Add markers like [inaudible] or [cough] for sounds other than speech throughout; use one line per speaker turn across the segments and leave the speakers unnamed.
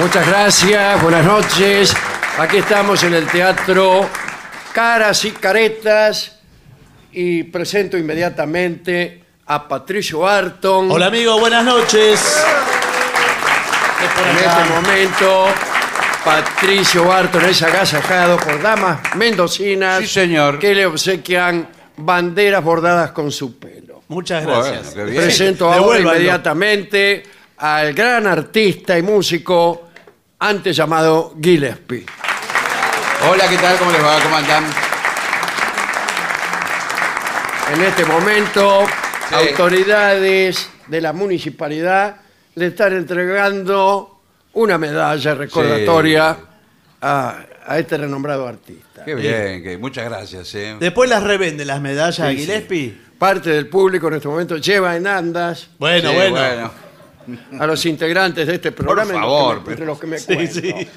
Muchas gracias, buenas noches. Aquí estamos en el teatro Caras y Caretas y presento inmediatamente a Patricio Barton.
Hola amigo, buenas noches.
En este momento, Patricio Barton es agasajado por damas mendocinas
Sí, señor.
que le obsequian banderas bordadas con su pelo.
Muchas
Bueno,
gracias.
qué bien.
Presento ahora
devuélvanlo.
inmediatamente al gran artista y músico antes llamado Gillespie.
Hola, ¿qué tal? ¿Cómo les va? ¿Cómo andan?
En este momento,
Sí.
autoridades de la municipalidad le están entregando una medalla recordatoria a, a este renombrado artista.
Qué bien, que muchas gracias. ¿eh?
Eh, Después las revende las medallas a Gillespie.
Parte del público en este momento lleva en andas
Bueno,
Sí,
bueno.
a los integrantes de este programa entre
favor,
los que- entre los que me
Sí,
cuento.
sí.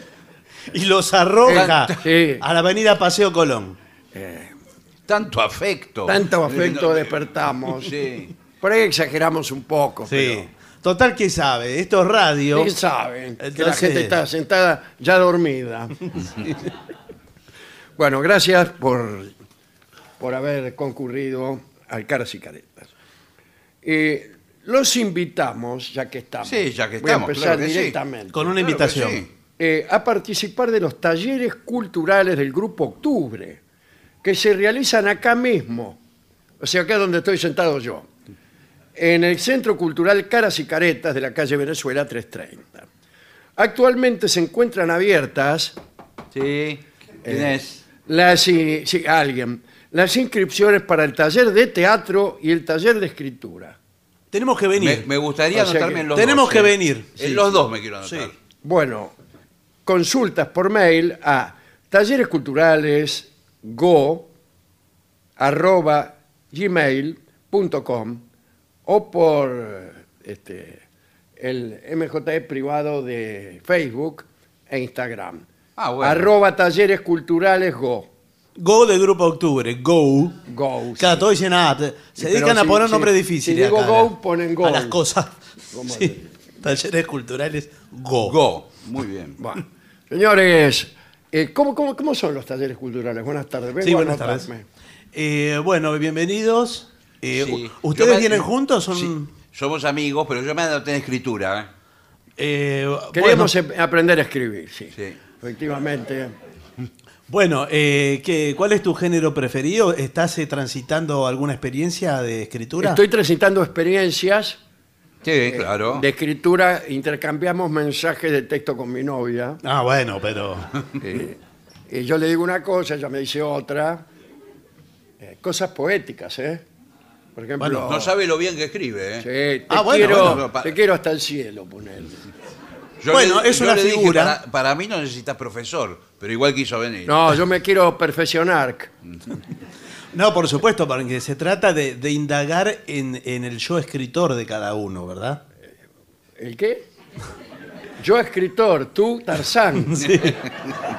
Y los arroja
Sí.
a la avenida Paseo Colón.
Tanto afecto.
Tanto afecto despertamos.
Sí.
[laughs]
Por ahí exageramos un poco.
Sí. Total, ¿quién sabe? Esto es radio.
pero ¿Quién sabe? que la
Entonces-
gente está sentada ya
[laughs]
dormida. bueno, gracias por, por haber concurrido al Caras y Caretas. Eh, los invitamos, ya que estamos.
Sí, ya que
Voy a
estamos,
empezar
claro que sí.
directamente.
Con una
Claro que
invitación.
sí.
eh, a participar de los talleres culturales del Grupo Octubre, que se realizan acá mismo, o sea, acá donde estoy sentado yo, en el Centro Cultural Caras y Caretas de la calle Venezuela 330. Actualmente se encuentran abiertas eh,
Sí. ¿Quién es?
las, i- sí, alguien, las inscripciones para el taller de teatro y el taller de escritura.
Tenemos que
Me,
venir.
me gustaría
O sea
anotarme
que
en los
tenemos
dos,
que
¿eh?
venir. Sí,
En los
sí.
dos me quiero anotar.
Sí.
Bueno, consultas por mail a talleres culturales go arroba gmail.com o por este, el MJE privado de Facebook e Instagram.
Ah, bueno.
Arroba talleres culturales go.
Go de Grupo Octubre. Go.
Go,
Claro,
sí.
todos dicen, ah, te- se
Pero
dedican a
sí,
poner
sí.
nombres difíciles.
Si digo
acá,
go,
a-
ponen go.
A las cosas.
Como
Sí. Talleres culturales, go.
Go. Muy bien.
Bueno, señores, eh, Eh, ¿cómo, cómo, cómo son los talleres culturales? Buenas tardes. vengo
Sí,
a
buenas tardes.
anotarme.
Eh, bueno, bienvenidos. Eh,
Sí.
u- ¿Ustedes
Yo me-
vienen juntos? Son,
Sí, somos amigos, pero yo me anoté en escritura. ¿eh?
eh,
Queremos em- aprender a escribir, sí.
Sí.
Efectivamente.
Bueno, eh, ¿qué- ¿cuál es tu género preferido? ¿Estás eh, transitando alguna experiencia de escritura?
Estoy transitando experiencias
Sí, claro.
de escritura. Intercambiamos mensajes de texto con mi novia.
Ah, bueno, pero.
Eh, eh, yo le digo una cosa, ella me dice otra. Eh, cosas poéticas, ¿eh? Por ejemplo,
Bueno,
No sabe lo bien que escribe. ¿eh?
sí, te,
Ah, bueno,
quiero,
bueno, pa-
te quiero hasta el cielo, ponerle.
Yo
Bueno, es
yo
una
dije,
figura.
para, para mí no necesitas profesor, pero igual quiso venir.
No, yo me quiero perfeccionar.
No, por supuesto, porque se trata de, de indagar en, en el yo escritor de cada uno, ¿verdad?
¿El qué? Yo escritor, tú
[laughs]
Tarzán.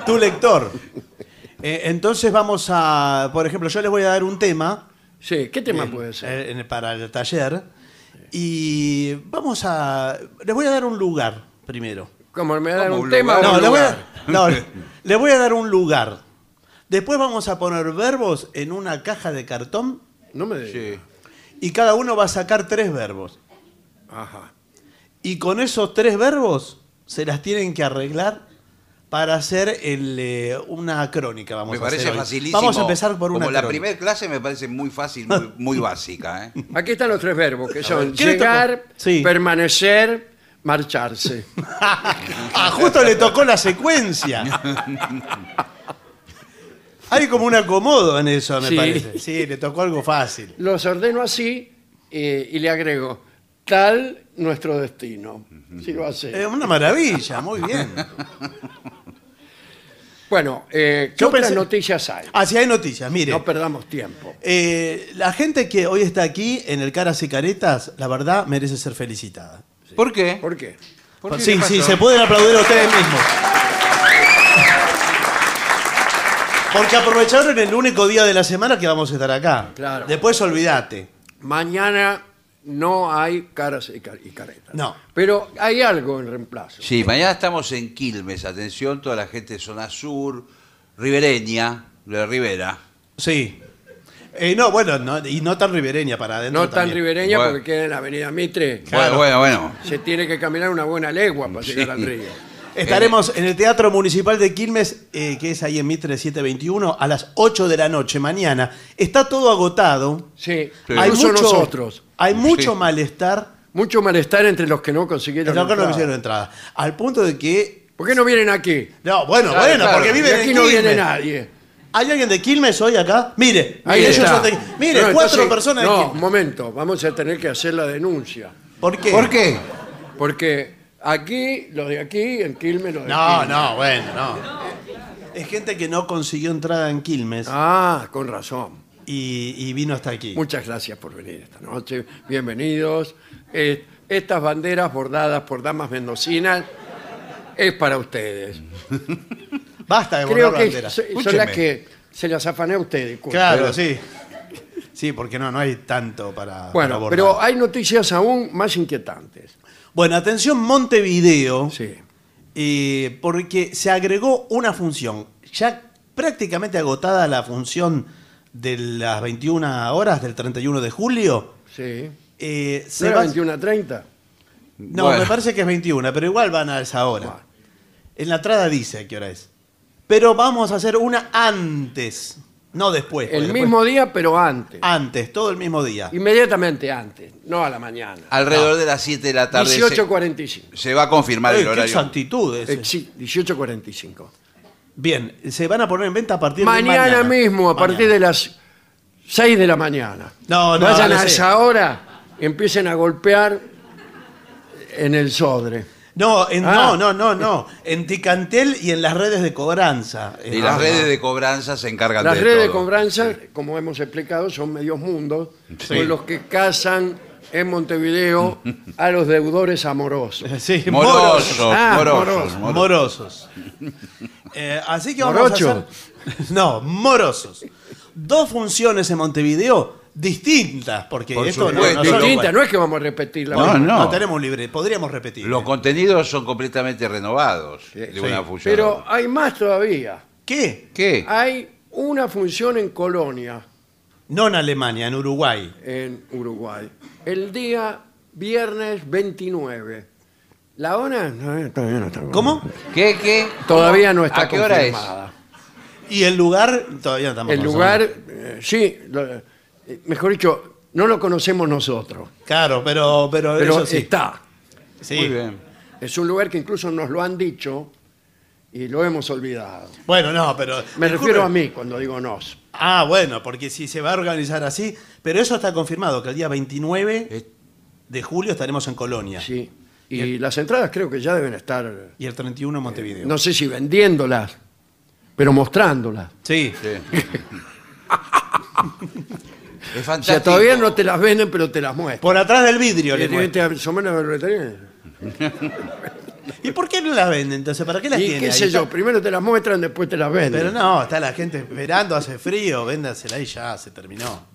Tu lector. Eh, entonces vamos a. Por ejemplo, yo les voy a dar un tema.
Sí, ¿qué tema puede ser?
Eh, en- para el taller. Y vamos a. Les voy a dar un lugar primero.
Como me dan
¿cómo
un
un
tema,
lugar?
un
No, les voy, a,
lugar.
no,
[laughs]
les voy a dar un lugar. Después vamos a poner verbos en una caja de cartón
No me digas.
Sí.
y cada uno va a sacar tres verbos.
Ajá.
Y con esos tres verbos se las tienen que arreglar para hacer el, eh, una crónica. Vamos
Me
a hacer
parece
hoy.
facilísimo.
Vamos a empezar por una
Como la
crónica.
primera clase me parece muy fácil, muy, muy
[laughs]
básica. ¿eh?
Aquí están los tres verbos, que son
¿qué le tocó?
llegar,
Sí.
permanecer, marcharse.
Ah, justo le tocó
[laughs]
la secuencia. Hay como un acomodo en eso, me
Sí.
parece. Sí, le tocó algo fácil.
Los ordeno así eh, y le agrego, tal nuestro destino. Si lo hace.
Es una maravilla, muy bien.
[laughs] Bueno, eh, ¿qué
yo
otras
pensé-
noticias hay?
Así hay noticias, mire.
No perdamos tiempo.
Eh, la gente que hoy está aquí en el Caras y Caretas, la verdad, merece ser felicitada.
¿Por qué?
¿Por qué?
¿Por qué?
sí,
¿Qué
sí,
pasó?
se pueden aplaudir a ustedes mismos. Porque aprovecharon el único día de la semana que vamos a estar acá.
Claro.
Después olvídate.
Mañana no hay caras y, car- y caretas.
No.
Pero hay algo en reemplazo.
[laughs] Sí, mañana estamos en Quilmes. Atención, toda la gente de zona sur, ribereña, de la Ribera.
Sí. Eh, no, bueno, no- y no tan ribereña para adentro.
No tan
también.
ribereña
Bueno.
porque queda en la avenida Mitre.
Claro.
Bueno, bueno,
Se tiene que caminar una buena legua para llegar al río.
Estaremos en el Teatro Municipal de Quilmes, eh, que es ahí en Mitre 721, a las 8 de la noche mañana. Está todo agotado.
Sí,
Sí.
Hay
incluso
mucho,
nosotros.
Hay mucho
Sí.
malestar.
Mucho malestar entre los que no consiguieron.
No, no
entrada.
hicieron entrada. Al punto de que.
¿Por qué no vienen aquí?
No, bueno,
Claro,
bueno,
claro.
porque
Y
viven
aquí
en
no
Quilmes.
viene nadie.
¿Hay alguien de Quilmes hoy acá? Mire,
Ahí
mire, ellos
está.
son de- mire,
No,
cuatro
entonces-
personas de
No, un
Quilmes.
momento, vamos a tener que hacer la denuncia.
¿Por qué?
¿Por qué?
Porque aquí, los de aquí, en Quilmes, los de
No,
Quilmes.
no, bueno, no. Es gente que no consiguió entrada en Quilmes
Ah, con razón.
y, y vino hasta aquí.
Muchas gracias por venir esta noche. Bienvenidos. Eh, estas banderas bordadas por damas mendocinas es para ustedes.
[laughs] Basta de
Creo
borrar
que
banderas.
so- son
Escúcheme.
las que se las afané a ustedes. Kurt.
Claro,
Pero-
sí. Sí, porque no, no hay tanto para. para
Bueno,
borrar.
pero hay noticias aún más inquietantes.
Bueno, atención, Montevideo.
Sí.
eh, porque se agregó una función. Ya prácticamente agotada la función de las 21 horas del 31 de julio.
Sí.
eh,
¿No
se
era
va-
21 a 30?
No,
Bueno.
me parece que es 21, pero igual van a esa hora.
Bueno.
En la entrada dice a qué hora es. Pero vamos a hacer una antes, no después.
El
porque
mismo
después-
día, pero antes.
Antes, todo el mismo día.
Inmediatamente antes, no a la mañana.
Alrededor de las 7 de la tarde. se-
18.45.
Se, va a confirmar
Ey,
el
¡Qué
horario.
exactitud es.
Eh, sí, 18.45.
Bien, se van a poner en venta a partir de
Mañana
mañana.
mismo, a partir de las 6 de la mañana.
No, no,
Vayan
no
a
sé.
esa hora, empiecen a golpear en el sodre.
No, en-
Ah.
no, no, no, no. En Ticantel y en las redes de cobranza.
Y
Eh,
las
ah,
redes de cobranza se encargan
Las
de
redes de
todo.
cobranza, como hemos explicado, son medios mundos
Sí.
con los que cazan en Montevideo a los deudores amorosos.
no. [laughs] Sí, [laughs]
Morosos,
morosos.
Ah,
morosos,
Morosos.
morosos.
Eh, así que vamos a
Morochos.
hacer... [laughs] No, morosos. Dos funciones en Montevideo distintas, porque
Por
esto no,
supuesto.
no son-
Distinta, no es que vamos a repetir la
No,
misma.
no.
no tenemos libre, podríamos repetir.
Los contenidos son completamente renovados
Sí,
de
sí.
una fusión.
Pero hay más todavía.
¿Qué?
¿Qué?
Hay una función en Colonia,
No en Alemania, en Uruguay.
en Uruguay, el día viernes 29. La hora no, eh, todavía no está
¿Cómo?
¿Qué? ¿Qué?
Todavía no está
¿A qué hora es?
confirmada.
Y el lugar, todavía no estamos
El
más o
lugar,
menos.
eh, sí, lo- eh, mejor dicho, no lo conocemos nosotros,
Claro, pero, pero,
pero
eso sí.
está.
Sí.
Muy bien.
Es un lugar que incluso nos lo han dicho y lo hemos olvidado.
Bueno, no, pero.
Me
disculpe.
refiero a mí cuando digo nos.
Ah, bueno, porque si se va a organizar así. Pero eso está confirmado, que el día 29
Es-
de julio estaremos en Colonia.
Sí. Y las entradas creo que ya deben estar, eh,
Y el 31 en Montevideo.
no sé si vendiéndolas, pero mostrándolas.
Sí.
Sí. es
O
fantástico.
sea, todavía no te las venden, pero te las muestran.
[laughs] Por atrás del vidrio le
Y te-
muestro.
te asoman a la boletería.
¿Y por qué no las venden entonces? ¿Para qué las
Y
tiene
qué
ahí?
sé yo, primero te las muestran, después te las venden.
Pero no, está la gente esperando, hace frío, véndasela y ya se terminó.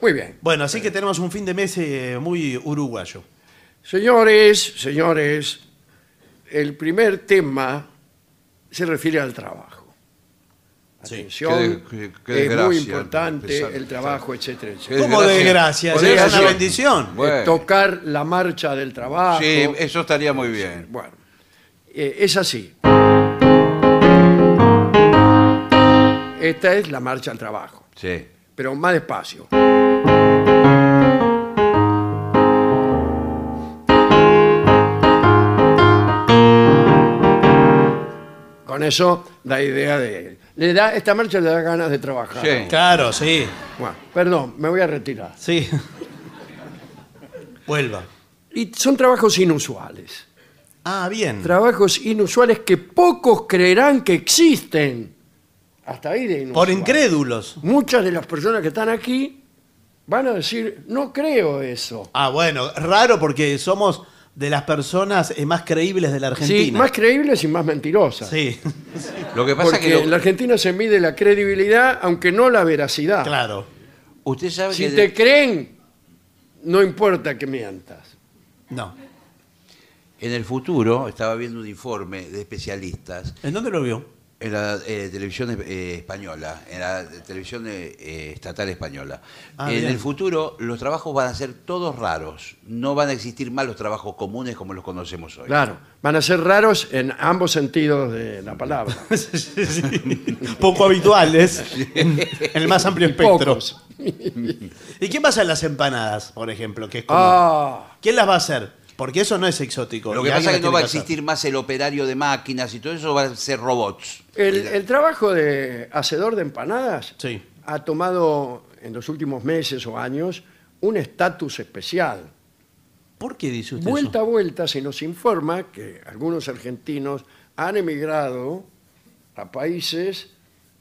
Muy bien.
Bueno, así que tenemos un fin de mes eh, muy uruguayo.
Señores, señores, el primer tema se refiere al trabajo.
Sí.
Atención,
Qué de- qué- qué
es muy
desgracia,
importante
empezar.
el trabajo, etcétera, etcétera.
Qué
¿Cómo de gracia?
desgracia. Por
Es
eso-
una bendición.
Bueno.
Tocar la marcha del trabajo.
Sí, eso estaría muy bien.
Bueno, eh, es así. Esta es la marcha al trabajo,
Sí.
pero más despacio. Con eso da idea de le da esta marcha le da ganas de trabajar.
Sí.
Claro, sí.
Bueno, perdón, me voy a retirar.
Sí. Vuelva.
Y son trabajos inusuales.
Ah, bien.
trabajos inusuales que pocos creerán que existen. Hasta ahí de
Por
inusual.
incrédulos.
Muchas de las personas que están aquí van a decir, no creo eso.
Ah, bueno, raro porque somos de las personas eh, más creíbles de la Argentina.
Sí, más creíbles y más mentirosas.
Sí,
Lo que pasa
Porque
es que lo-
en la Argentina se mide la credibilidad, aunque no la veracidad.
claro.
usted sabe
Si
que
te creen, no importa que mientas.
No.
en el futuro estaba viendo un informe de especialistas
¿En dónde lo vio?
en la eh, televisión eh, española, en la televisión eh, eh, estatal española.
Ah,
en
bien.
el futuro los trabajos van a ser todos raros, no van a existir más los trabajos comunes como los conocemos hoy.
Claro, van a ser raros en ambos sentidos de la palabra.
[laughs] Sí, sí, sí.
[laughs]
Poco habituales. En el más amplio espectro.
Pocos. [laughs]
¿Y quién va a hacer las empanadas, por ejemplo? Que es como-
Ah,
¿Quién las va a hacer? Porque eso no es exótico.
Lo
y
que pasa
alguien
es que
las
no va a
tiene que hacer.
existir más el operario de máquinas y todo eso va a ser robots.
el, el trabajo de hacedor de empanadas
Sí.
ha tomado en los últimos meses o años un estatus especial.
¿Por qué dice usted
Vuelta a
eso?
vuelta se nos informa que algunos argentinos han emigrado a países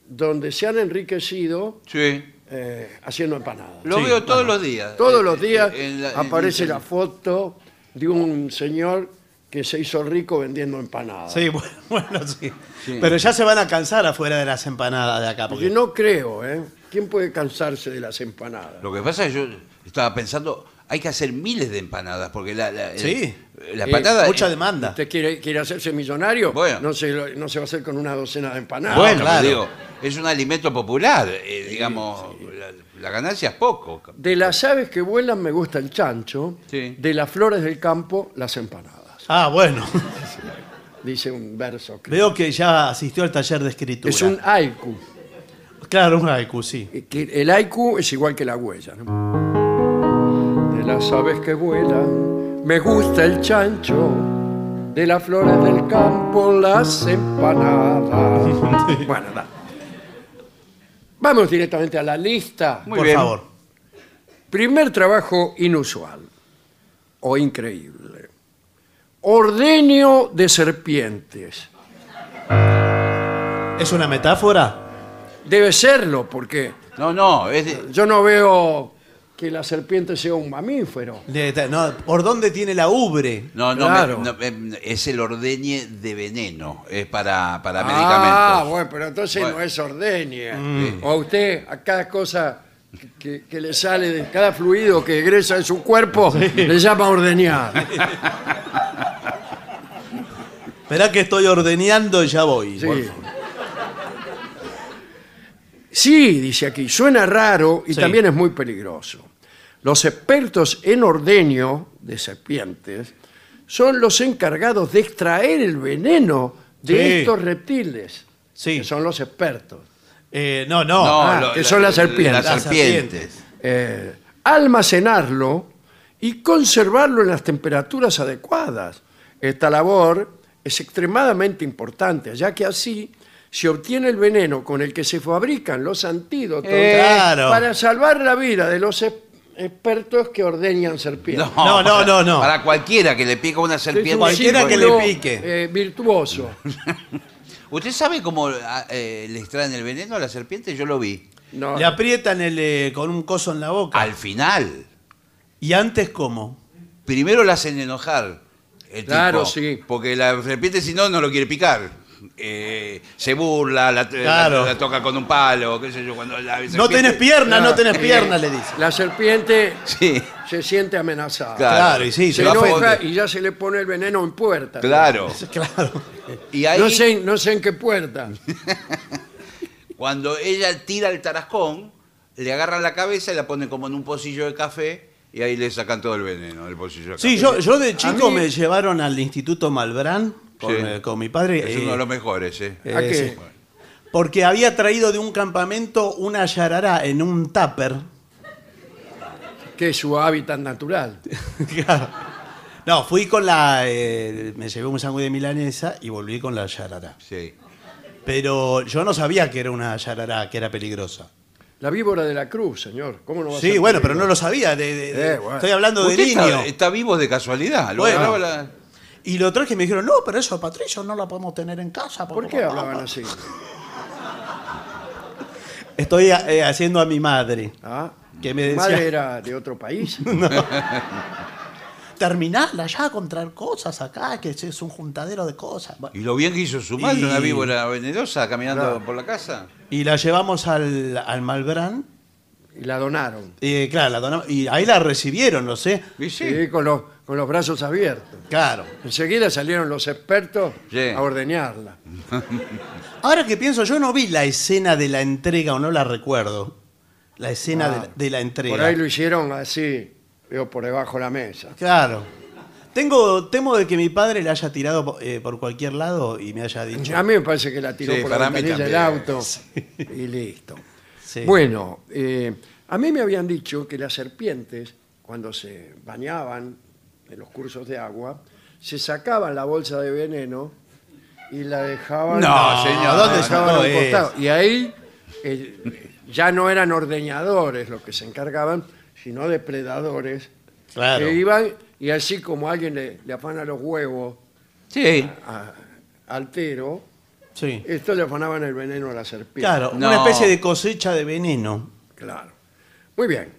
donde se han enriquecido
Sí.
eh, haciendo empanadas.
Lo
Sí,
veo todos
bueno.
los días.
Todos
Eh,
los
eh,
días
en la- en
aparece la
Instagram.
foto de un señor que se hizo rico vendiendo empanadas.
Sí, [laughs] bueno, bueno, sí.
Sí.
Pero ya se van a cansar afuera de las empanadas de acá.
Porque
Porque
no creo, ¿eh? ¿Quién puede cansarse de las empanadas?
Lo que pasa es que yo estaba pensando, hay que hacer miles de empanadas, porque la, la, eh,
Sí.
la
Eh,
patada...
mucha
eh,
demanda.
¿Usted quiere, quiere hacerse millonario?
Bueno.
No, se, lo- no se va a hacer con una docena de empanadas.
bueno,
Bueno, claro.
digo, es un alimento popular, eh, digamos, La, la ganancia es poco.
De las aves que vuelan me gusta el chancho,
Sí.
de las flores del campo las empanadas,
Ah, bueno. [laughs]
dice un verso. creo.
Veo que ya asistió al taller de escritura.
Es un haiku.
Claro, un haiku, sí.
Eh, que El haiku es igual que la huella. ¿no? De las aves que vuelan me gusta el chancho, de las flores del campo las
[laughs]
empanadas. Bueno, da. Vamos directamente a la lista.
Muy
Por
bien.
favor.
Primer trabajo inusual o increíble. Ordeño de serpientes.
¿Es una metáfora?
Debe serlo porque
No, no, es de-
yo no veo que la serpiente sea un mamífero.
Le- ta- no, ¿Por dónde tiene la ubre?
no, no,
Claro.
me- no, em, es el ordeñe de veneno, es para, para
Ah,
medicamentos.
bueno, pero entonces
Bueno.
no es ordeña.
Mm.
O a usted, a cada cosa que, que le sale, de cada fluido que egresa de su cuerpo, le llama
[laughs]
ordeñar.
Esperá que estoy ordeñando y ya voy.
Sí.
Bueno.
Sí, dice aquí, suena raro y
Sí.
también es muy peligroso. Los expertos en ordeño de serpientes son los encargados de extraer el veneno de
Sí.
estos reptiles,
Sí.
que son los expertos.
Eh, no, no.
No,
ah, que son las serpientes.
Las
Las
serpientes.
eh, almacenarlo y conservarlo en las temperaturas adecuadas. Esta labor es extremadamente importante, ya que así se obtiene el veneno con el que se fabrican los antídotos
Eh, claro.
para salvar la vida de los e- expertos que ordeñan serpientes.
No, no,
para-
no, no.
Para cualquiera que le pica una
Es
serpiente.
un
Cualquiera que le
círculo,
pique.
eh, virtuoso.
¿Usted sabe cómo ah, eh, le extraen el veneno a la serpiente? Yo lo vi.
No,
Le aprietan el, eh, con un coso en la boca.
Al final.
¿Y antes cómo?
Primero la hacen enojar. el
Claro,
tipo,
sí.
Porque la serpiente, si no, no lo quiere picar. Eh, se burla, la, la-
Claro.
la toca con un palo, qué sé yo. Cuando la
No
serpiente-
tenés piernas, no tenés
Eh,
piernas, le dicen.
La serpiente
Sí,
se siente amenazada.
claro.
Claro, y sí,
Se
va a
enoja
fondo.
y ya se le pone el veneno en puerta. [laughs]
Claro.
Claro.
Y ahí,
No sé, no sé en qué puerta.
[laughs] cuando ella tira el tarascón, le agarran la cabeza y la ponen como en un pocillo de café y ahí le sacan todo el veneno del pocillo de
Sí,
café.
yo, yo de chico
mí-
me llevaron al Instituto Malbrán con,
Sí.
eh, con mi padre.
Es
eh,
uno de los mejores, ¿eh?
¿A
Eh,
qué?
sí. Porque había traído de un campamento una yarará en un tupper.
que es su hábitat natural.
[laughs] Claro. no, fui con la. eh, me llevé un sándwich de milanesa y volví con la yarará.
Sí.
Pero yo no sabía que era una yarará, que era peligrosa.
La víbora de la cruz, señor. ¿Cómo no va a
Sí,
ser
bueno, pero
peligro?
no lo sabía. de- de- de-
Eh, bueno.
Estoy hablando de
Usted
niño.
está, está vivo de casualidad. Lo
Bueno.
agarraba la-
Y lo traje y me dijeron, no, pero eso, Patricio, no la podemos tener en casa.
¿Por qué Ah, hablaban así?
Estoy eh, haciendo a mi madre,
¿Ah?
que me decía,
¿Madre
[laughs]
era de otro país?
terminarla ya con traer cosas acá, que es un juntadero de cosas. Bueno,
Y lo bien que hizo su madre,
Y-
una víbora venenosa caminando por la casa. [laughs]
Y la llevamos al, al Malbrán.
Y la donaron.
Y claro, la donamos- y ahí la recibieron, no sé.
Y sí.
Sí, con los, con los brazos abiertos.
Claro.
Enseguida salieron los expertos
Sí.
a ordeñarla.
Ahora que pienso, yo no vi la escena de la entrega o no la recuerdo. La escena de, la, de la entrega.
Ah. Por ahí lo hicieron así, veo por debajo de la mesa.
Claro. Tengo, temo de que mi padre la haya tirado eh, por cualquier lado y me haya dicho.
A mí me parece que la tiró
Sí,
por la
para mí
ventanilla del
también.
auto y listo.
Sí.
Bueno, eh, a mí me habían dicho que las serpientes, cuando se bañaban en los cursos de agua, se sacaban la bolsa de veneno y la dejaban,
No,
la
señor,
¿dónde
dejaban
no
a un
es?
costado. Y ahí eh, ya no eran ordeñadores los que se encargaban, sino depredadores
Claro.
que iban y así como alguien le, le afana los huevos
Sí.
a- al tero,
Sí.
esto le afanaban el veneno a la serpiente.
Claro,
No.
una especie de cosecha de veneno.
Claro. Muy bien.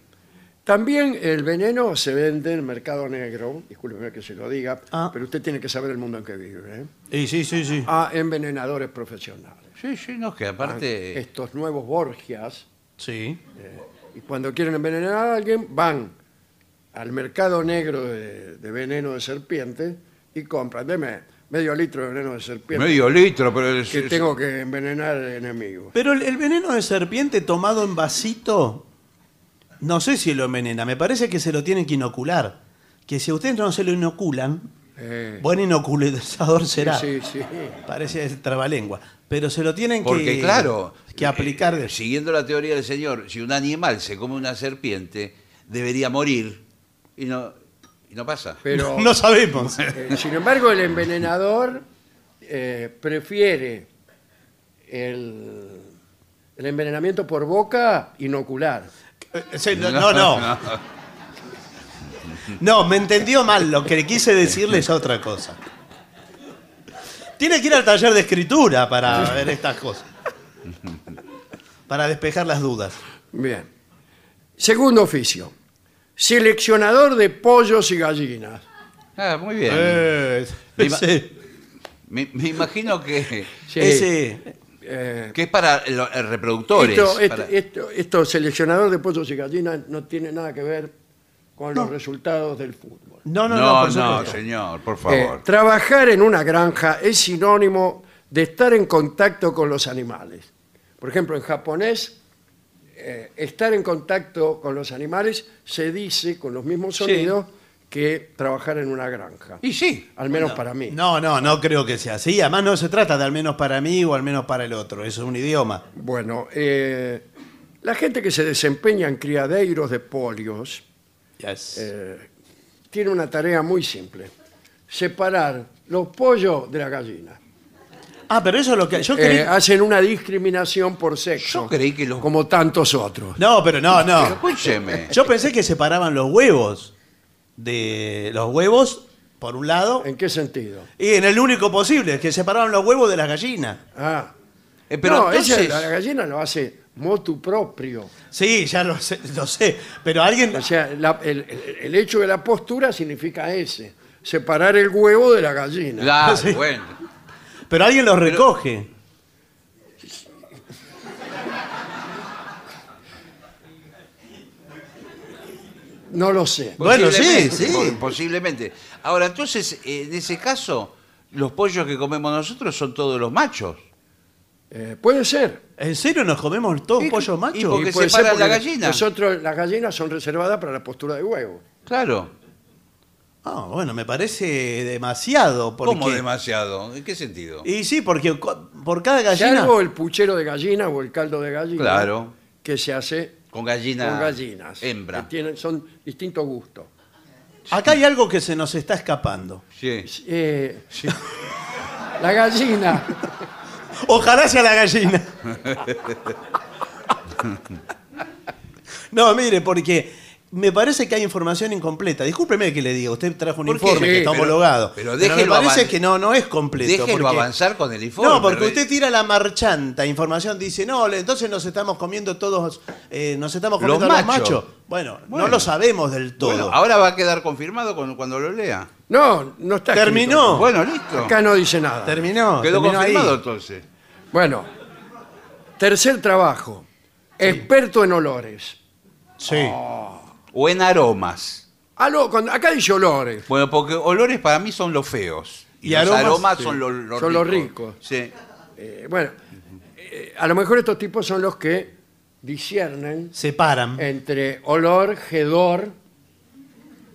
También el veneno se vende en el mercado negro, discúlpeme que se lo diga,
Ah.
pero usted tiene que saber el mundo en que vive, ¿eh?
Y sí, sí, sí.
a envenenadores profesionales.
Sí, sí, no, que aparte.
Ah, Estos nuevos Borgias, eh,
Sí.
y cuando quieren envenenar a alguien, van al mercado negro de, de veneno de serpiente y compran, deme medio litro de veneno de serpiente,
medio litro, pero. el-
que tengo que envenenar enemigos.
Pero el, el veneno de serpiente tomado en vasito, no sé si lo envenena, me parece que se lo tienen que inocular. Que si a ustedes no se lo inoculan,
Eh,
buen inoculador será.
sí, sí.
Parece trabalengua. Pero se lo tienen
Porque,
que,
claro. eh,
que aplicar. de-
Siguiendo la teoría del señor, si un animal se come una serpiente, debería morir. Y no, y [laughs] no pasa.
Pero
[laughs] No sabemos.
Eh, sin embargo, el envenenador eh, prefiere el, el envenenamiento por boca inocular.
Sí, no, no,
[laughs]
no. No, me entendió mal. Lo que quise decirle es otra cosa. Tiene que ir al taller de escritura para ver estas cosas. Para despejar las dudas.
Bien. Segundo oficio. Seleccionador de pollos y gallinas.
Ah, muy bien.
Eh,
Viva-
[laughs] sí,
Me, me imagino
[laughs]
que,
Sí,
ese-
eh,
que es para los eh, reproductores.
esto,
este,
esto-
para-
eh,
esto- esto, seleccionador de pollos y gallinas no tiene nada que ver con los resultados del fútbol.
no, no, no,
no,
por
no,
supuesto.
señor, por
Eh,
favor.
trabajar en una granja es sinónimo de estar en contacto con los animales. Por ejemplo, en japonés eh, estar en contacto con los animales se dice con los mismos sonidos que trabajar en una granja.
Y sí.
Al menos para mí.
No, no, no creo que sea así. Además, no se trata de al menos para mí o al menos para el otro. Eso es un idioma.
Bueno, eh, la gente que se desempeña en criadeiros de polios eh, tiene una tarea muy simple. Separar los pollos de la gallina.
Ah, pero eso es lo que. Yo creí-
Eh, hacen una discriminación por sexo.
Yo creí que los-
Como tantos otros.
No, pero no,
Pero
no.
escúcheme.
Yo pensé que separaban los huevos. De los huevos, por un lado.
¿En qué sentido?
Y en el único posible, que separaban los huevos de las gallinas.
Ah.
Eh, pero
no, ella,
entonces.
la gallina lo hace motu propio.
Sí, ya lo sé, lo sé. Pero alguien.
O sea, la- el, el- el hecho de la postura significa ese. Separar el huevo de la gallina.
[laughs]
Claro,
Sí.
bueno.
Pero alguien los recoge.
No lo sé.
Bueno, sí,
Posiblemente,
sí.
po- Posiblemente. Ahora, entonces, eh, en ese caso, los pollos que comemos nosotros son todos los machos.
Eh, puede ser.
¿En serio nos comemos todos
¿Y-
pollos
y
machos?
por qué
Y puede
separan
ser porque
la gallina.
Nosotros, las gallinas son reservadas para la postura de huevo.
Claro.
Ah, bueno, me parece demasiado. Porque...
¿Cómo demasiado? ¿En qué sentido?
Y sí, porque co- por cada gallina.
Salvo el puchero de gallina o el caldo de gallina.
Claro.
Que se hace
Con gallinas.
con gallinas.
Hembra.
Que tienen, son distintos gustos.
Acá hay algo que se nos está escapando.
Sí.
Eh, La gallina.
Ojalá sea la gallina.
[laughs]
No, mire, porque me parece que hay información incompleta. Discúlpeme que le diga, usted trajo un
¿Por qué?
informe que
Sí,
está
pero-
homologado.
pero
me
déjelo
parece
avan-
que no, no es completo.
Déjelo
porque-
avanzar con el informe.
No, porque
Re-
usted tira la marchanta información, dice, no, le- entonces nos estamos comiendo todos, eh, nos estamos
Los
comiendo a los
machos.
machos. Bueno,
Bueno.
no lo sabemos del todo.
Bueno, ahora va a quedar confirmado cuando, cuando lo lea.
No, no está escrito.
Terminó. No.
Bueno, listo.
Acá no dice nada.
terminó.
Quedó
terminó ahí.
confirmado entonces.
Bueno, tercer trabajo. Experto en olores.
Sí.
O en aromas.
Ah, no, cuando- acá dice olores.
Bueno, porque olores para mí son los feos. Y,
Y
los
aromas,
aromas,
sí.
son los, los
Son los ricos.
Sí.
Eh, bueno, eh, a lo mejor estos tipos son los que disciernen
Se paran.
entre olor, gedor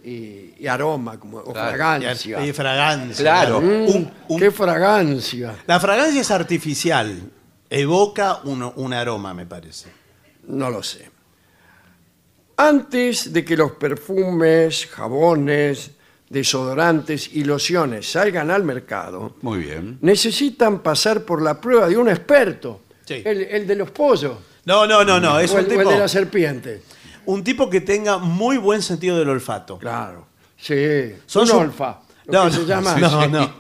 y, y aroma, como, o
Claro,
fragancia.
Y fragancia.
Claro.
Mm,
Un- un-
¡Qué fragancia!
La fragancia es artificial. Evoca un, un aroma, me parece.
No lo sé. Antes de que los perfumes, jabones, desodorantes y lociones salgan al mercado,
Muy bien.
necesitan pasar por la prueba de un experto.
Sí.
El, el de los pollos
No, no, no, no. Es
o
un
el, o el
tipo,
de la serpiente.
un tipo que tenga muy buen sentido del olfato.
Claro. Sí.
Son
un
su-
olfa. lo
No,
que
no,
se llama.
no, no.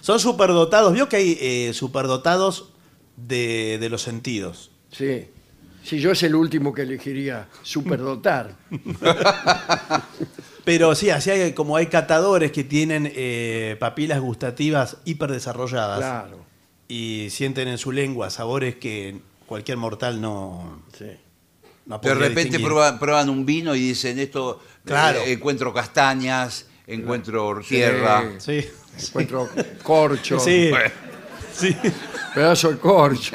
Son superdotados. Vio que hay eh, superdotados de, de los sentidos.
Sí. Si yo es el último que elegiría superdotar.
[laughs] Pero sí, así hay como hay catadores que tienen eh, papilas gustativas hiperdesarrolladas
Claro.
y sienten en su lengua sabores que cualquier mortal no,
Sí.
no
De
podría
repente
distinguir.
prueba- prueban un vino y dicen esto,
Claro.
eh, encuentro castañas, encuentro tierra.
Sí.
Sí.
Encuentro corcho.
Sí. Sí.
Pedazo de corcho.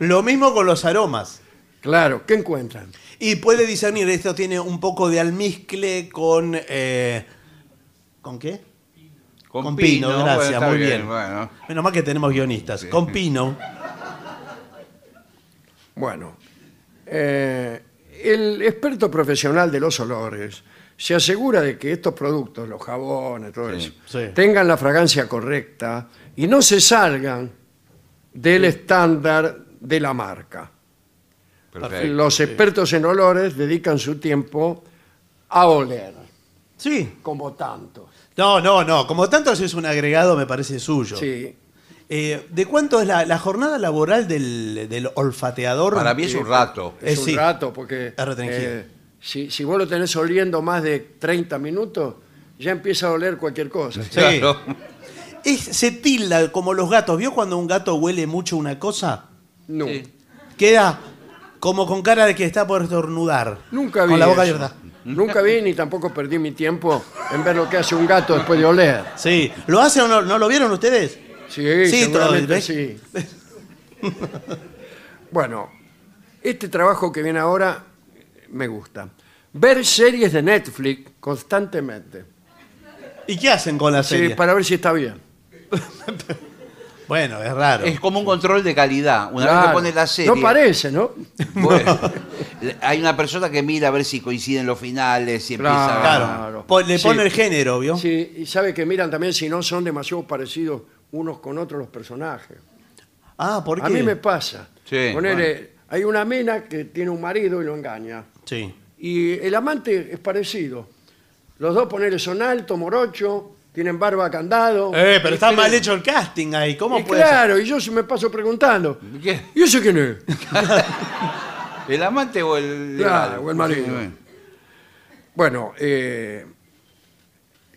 Lo mismo con los aromas.
Claro. ¿Qué encuentran?
Y puede discernir, esto tiene un poco de almizcle con... eh, ¿Con qué? Con pino,
bueno,
gracias,
está
muy bien.
bueno.
Menos mal que tenemos guionistas. Con pino.
Bueno, eh, el experto profesional de los olores se asegura de que estos productos, los jabones, todo eso,
sí.
tengan la fragancia correcta y no se salgan del estándar de la marca.
Perfecto.
Los expertos en olores dedican su tiempo a oler,
Sí.
como tanto.
No, no, no. Como tanto es un agregado, me parece suyo.
Sí,
Eh, ¿De cuánto es la, la jornada laboral del, del olfateador?
Para mí es un rato.
es
Eh,
un
sí.
rato porque
Es retranquilo.
eh, si, si vos lo tenés oliendo más de 30 minutos, ya empieza a oler cualquier cosa.
Sí.
[laughs]
Es- se tilda como los gatos. ¿Vio cuando un gato huele mucho una cosa?
No.
Queda como con cara de que está por estornudar.
Nunca vi.
Con la boca
eso.
abierta.
Nunca vi ni tampoco perdí mi tiempo en ver lo que hace un gato después de oler.
Sí. ¿Lo hace o no? ¿No lo vieron ustedes?
Sí,
Sí, ¿eh?
seguramente
todo, ¿ves?
sí. bueno, Este trabajo que viene ahora eh, me gusta. Ver series de Netflix constantemente.
¿Y qué hacen con la
Sí,
serie?
para ver si está bien.
Bueno, es raro.
Es como un control de calidad. Una vez
Claro.
que pones la serie.
No parece, ¿no?
bueno, hay una persona que mira a ver si coinciden los finales, si empieza.
Claro.
Claro.
Po- le
Sí.
pone el género, ¿vio?
Sí, y sabe que miran también si no son demasiado parecidos unos con otros los personajes.
Ah, ¿por qué?
A mí me pasa.
Sí,
Ponele, Hay una mina que tiene un marido y lo engaña.
Sí.
Y el amante es parecido. Los dos, ponele, son alto, morocho, tienen barba candado.
Eh, pero está
Y-
mal hecho el casting ahí. ¿Cómo
Y
puede ser?
claro, y yo se me paso preguntando.
¿Qué?
¿Y eso quién es?
¿El amante o el.
Claro, o el marido.
Sí, bueno.
Bueno, eh,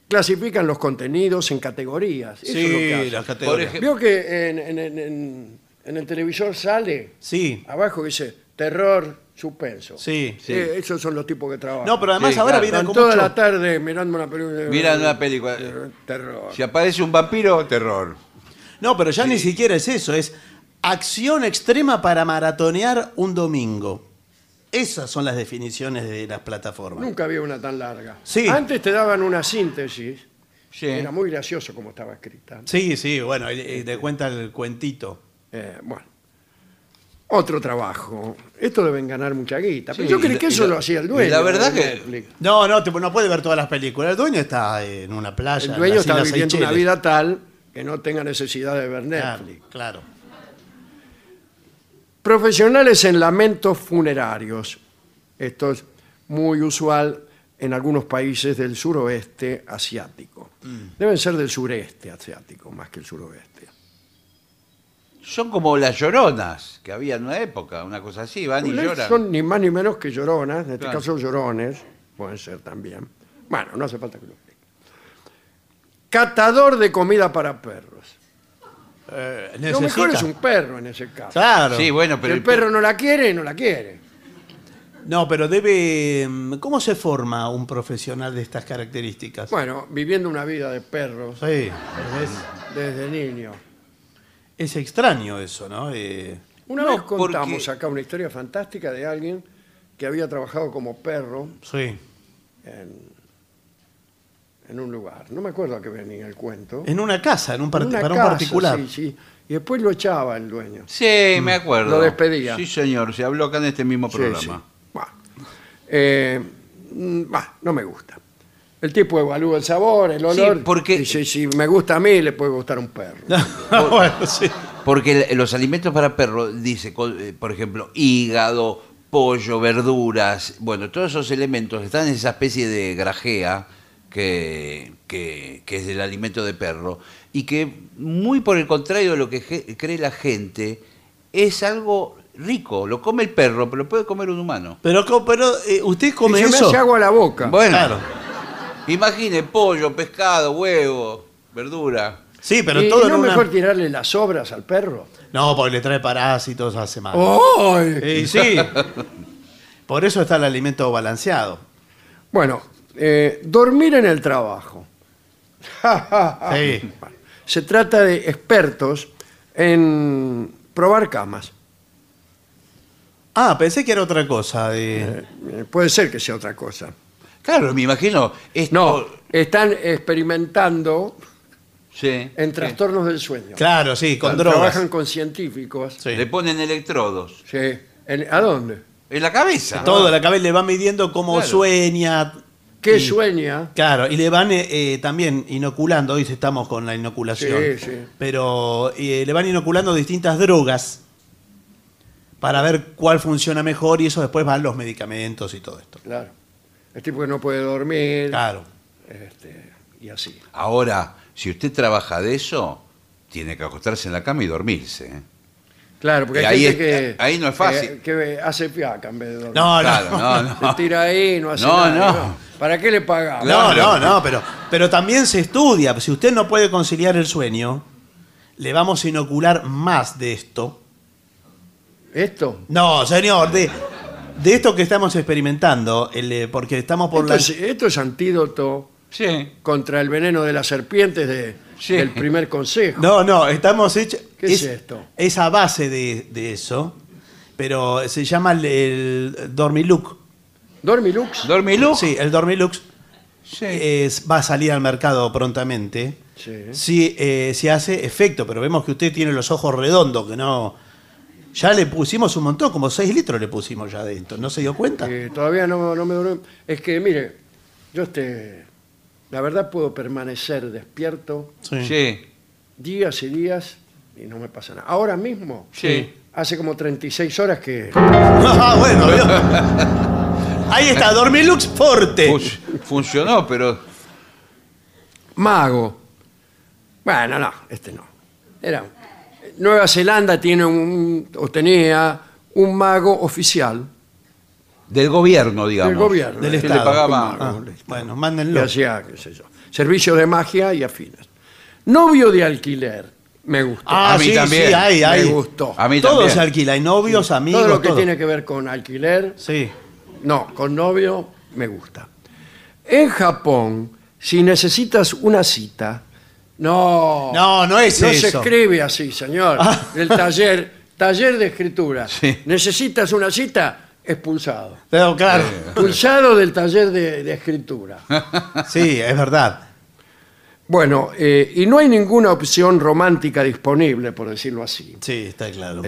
clasifican los contenidos en categorías. Eso es lo que
Sí,
hacen.
las categorías.
Por ej-
Vio que en, en- en- en- en el televisor sale
Sí,
abajo dice terror, suspenso.
sí.
Sí.
Eh, esos son los tipos que trabajan.
No, pero además
Sí,
ahora
claro.
vienen
Están
con
toda
mucho...
la tarde mirando una película.
Miran una película.
Eh, Terror.
Si aparece un vampiro, terror.
No, pero ya ni siquiera es eso. Es acción extrema para maratonear un domingo. Esas son las definiciones de las plataformas.
Nunca había una tan larga.
Sí.
Antes te daban una síntesis.
Sí.
Era muy gracioso como estaba escrita.
Sí, sí, bueno, eh, eh, te cuenta el cuentito.
Este, Eh, bueno. Otro trabajo. Esto deben ganar mucha guita. Pero
Sí,
yo
y
creí
la-
que
y
eso
la-
lo hacía el
y
dueño.
la verdad
de
que-
Netflix.
No, no, te- no puede ver todas las películas. El dueño está en una playa.
El
en
dueño
las
está
Islas
viviendo una
Seychelles.
vida tal que no tenga necesidad de ver
Claro,
Netflix.
claro.
Profesionales en lamentos funerarios. Esto es muy usual en algunos países del suroeste asiático.
Mm.
Deben ser del sureste asiático más que el suroeste.
Son como las lloronas que había en una época, una cosa así, van y lloran.
Son ni más ni menos que lloronas, en este
Claro.
caso llorones, pueden ser también. Bueno, no hace falta que lo explique. Catador de comida para perros.
Eh,
Lo mejor
necesita-
es un perro en ese caso.
Claro.
Sí, bueno, pero
el perro no la quiere, no la quiere.
No, pero debe. mm, ¿Cómo se forma un profesional de estas características?
Bueno, viviendo una vida de perros
Sí, es,
desde niño.
es extraño eso, ¿no? Eh,
Una
No,
vez contamos
porque-
acá una historia fantástica de alguien que había trabajado como perro
sí.
en, en un lugar. No me acuerdo a qué venía el cuento.
En una casa, en un part-
Una
para
casa,
un particular.
sí, sí. Y después lo echaba el dueño. Mm.
Sí, me acuerdo.
Lo despedía.
Sí, señor, se habló acá en este mismo programa.
Sí, sí. Bah. Eh, mm, bah, no me gusta. El tipo evalúa el sabor, el olor.
porque-
Dice, si me gusta a mí, le puede gustar a un perro.
[laughs] Bueno, sí.
Porque el- los alimentos para perro, dice, co- eh, por ejemplo, hígado, pollo, verduras, bueno, todos esos elementos están en esa especie de grajea que, que- que es el alimento de perro y que muy por el contrario de lo que ge- cree la gente, es algo rico, lo come el perro, pero lo puede comer un humano.
Pero, co- pero eh, ¿usted come
Dice, me
eso?
hace agua a la boca.
Bueno.
Claro.
Imagine pollo, pescado, huevo, verdura.
Sí, pero
¿Y
todo
no
en una...
mejor tirarle las sobras al perro?
No, porque le trae parásitos, hace mal.
¡Ay!
Sí, sí. Por eso está el alimento balanceado.
Bueno, eh, dormir en el
[laughs]
trabajo.
Sí.
Se trata de expertos en probar camas.
Ah, pensé que era otra cosa. de-
Eh, Puede ser que sea otra cosa.
Claro, me imagino. esto-
No, están experimentando
Sí.
en
Sí.
trastornos del sueño.
Claro, sí, con drogas.
Trabajan con científicos.
Sí.
Le ponen electrodos.
Sí. ¿En- ¿A dónde?
En la cabeza.
Todo, la cabeza le va midiendo cómo
Claro.
sueña.
¿Qué
y-
sueña?
Claro, y le van eh, eh, también inoculando, hoy estamos con la inoculación,
Sí, sí.
pero eh, le van inoculando distintas drogas para ver cuál funciona mejor y eso después van los medicamentos y todo esto.
Claro. El tipo que no puede dormir.
Claro.
este, y así.
Ahora, si usted trabaja de eso, tiene que acostarse en la cama y dormirse. ¿eh?
Claro, porque
Y
hay
Eh, ahí
gente
es-
que.
ahí no es fácil.
Que, que hace fiaca en vez de dormir.
No,
Claro,
no.
no,
Se
no.
tira ahí, no hace
No,
nada.
no.
¿Para qué le pagamos?
No, no,
Claro.
no, pero, pero también se estudia. Si usted no puede conciliar el sueño, le vamos a inocular más de esto.
¿Esto?
No, señor, de, de esto que estamos experimentando, el, eh, porque estamos por
Esto
la...
es, esto es antídoto
Sí.
contra el veneno de las serpientes de-
Sí.
del primer consejo.
No, no, estamos hechos...
¿Qué es esto?
Es a base de, de eso. pero se llama el, el Dormilook.
Dormilux.
¿Dormilux?
Sí, el Dormilux es- va a salir al mercado prontamente.
Sí.
Sí, eh, sí hace efecto, pero vemos que usted tiene los ojos redondos, que no... Ya le pusimos un montón, como 6 litros le pusimos ya de esto. ¿No se dio cuenta?
Eh, todavía no, no me duermo. Es que, mire, yo este, la verdad puedo permanecer despierto
Sí.
Sí.
días y días y no me pasa nada. Ahora mismo,
Sí.
hace como 36 horas que...
[laughs] Ah, bueno, vio. Ahí está, Dormilux Forte.
Fun- funcionó, pero
Mago. Bueno, no, este no. Era, Nueva Zelanda tiene un, o tenía un mago oficial
del gobierno, digamos.
del gobierno.
Del
le
Estado.
pagaba.
Ah, bueno,
que
mándenlo.
hacía, qué sé yo, servicio de magia y afines. Novio de alquiler, me gustó.
Ah,
A mí
sí,
también.
sí, hay,
Me
hay.
gustó.
A mí
todo
también.
se alquila, hay novios, amigos,
todo lo que
todo.
tiene que ver con alquiler,
Sí.
no, con novio, me gusta. En Japón, si necesitas una cita, no.
No, no es
no se
eso.
escribe así, señor.
Ah.
El taller, taller de escritura.
Sí.
Necesitas una cita, expulsado.
Pero claro,
Eh,
Expulsado del taller de- de escritura.
[laughs] sí, es verdad.
Bueno, eh, y no hay ninguna opción romántica disponible, por decirlo así. Eh,
Sí, está claro.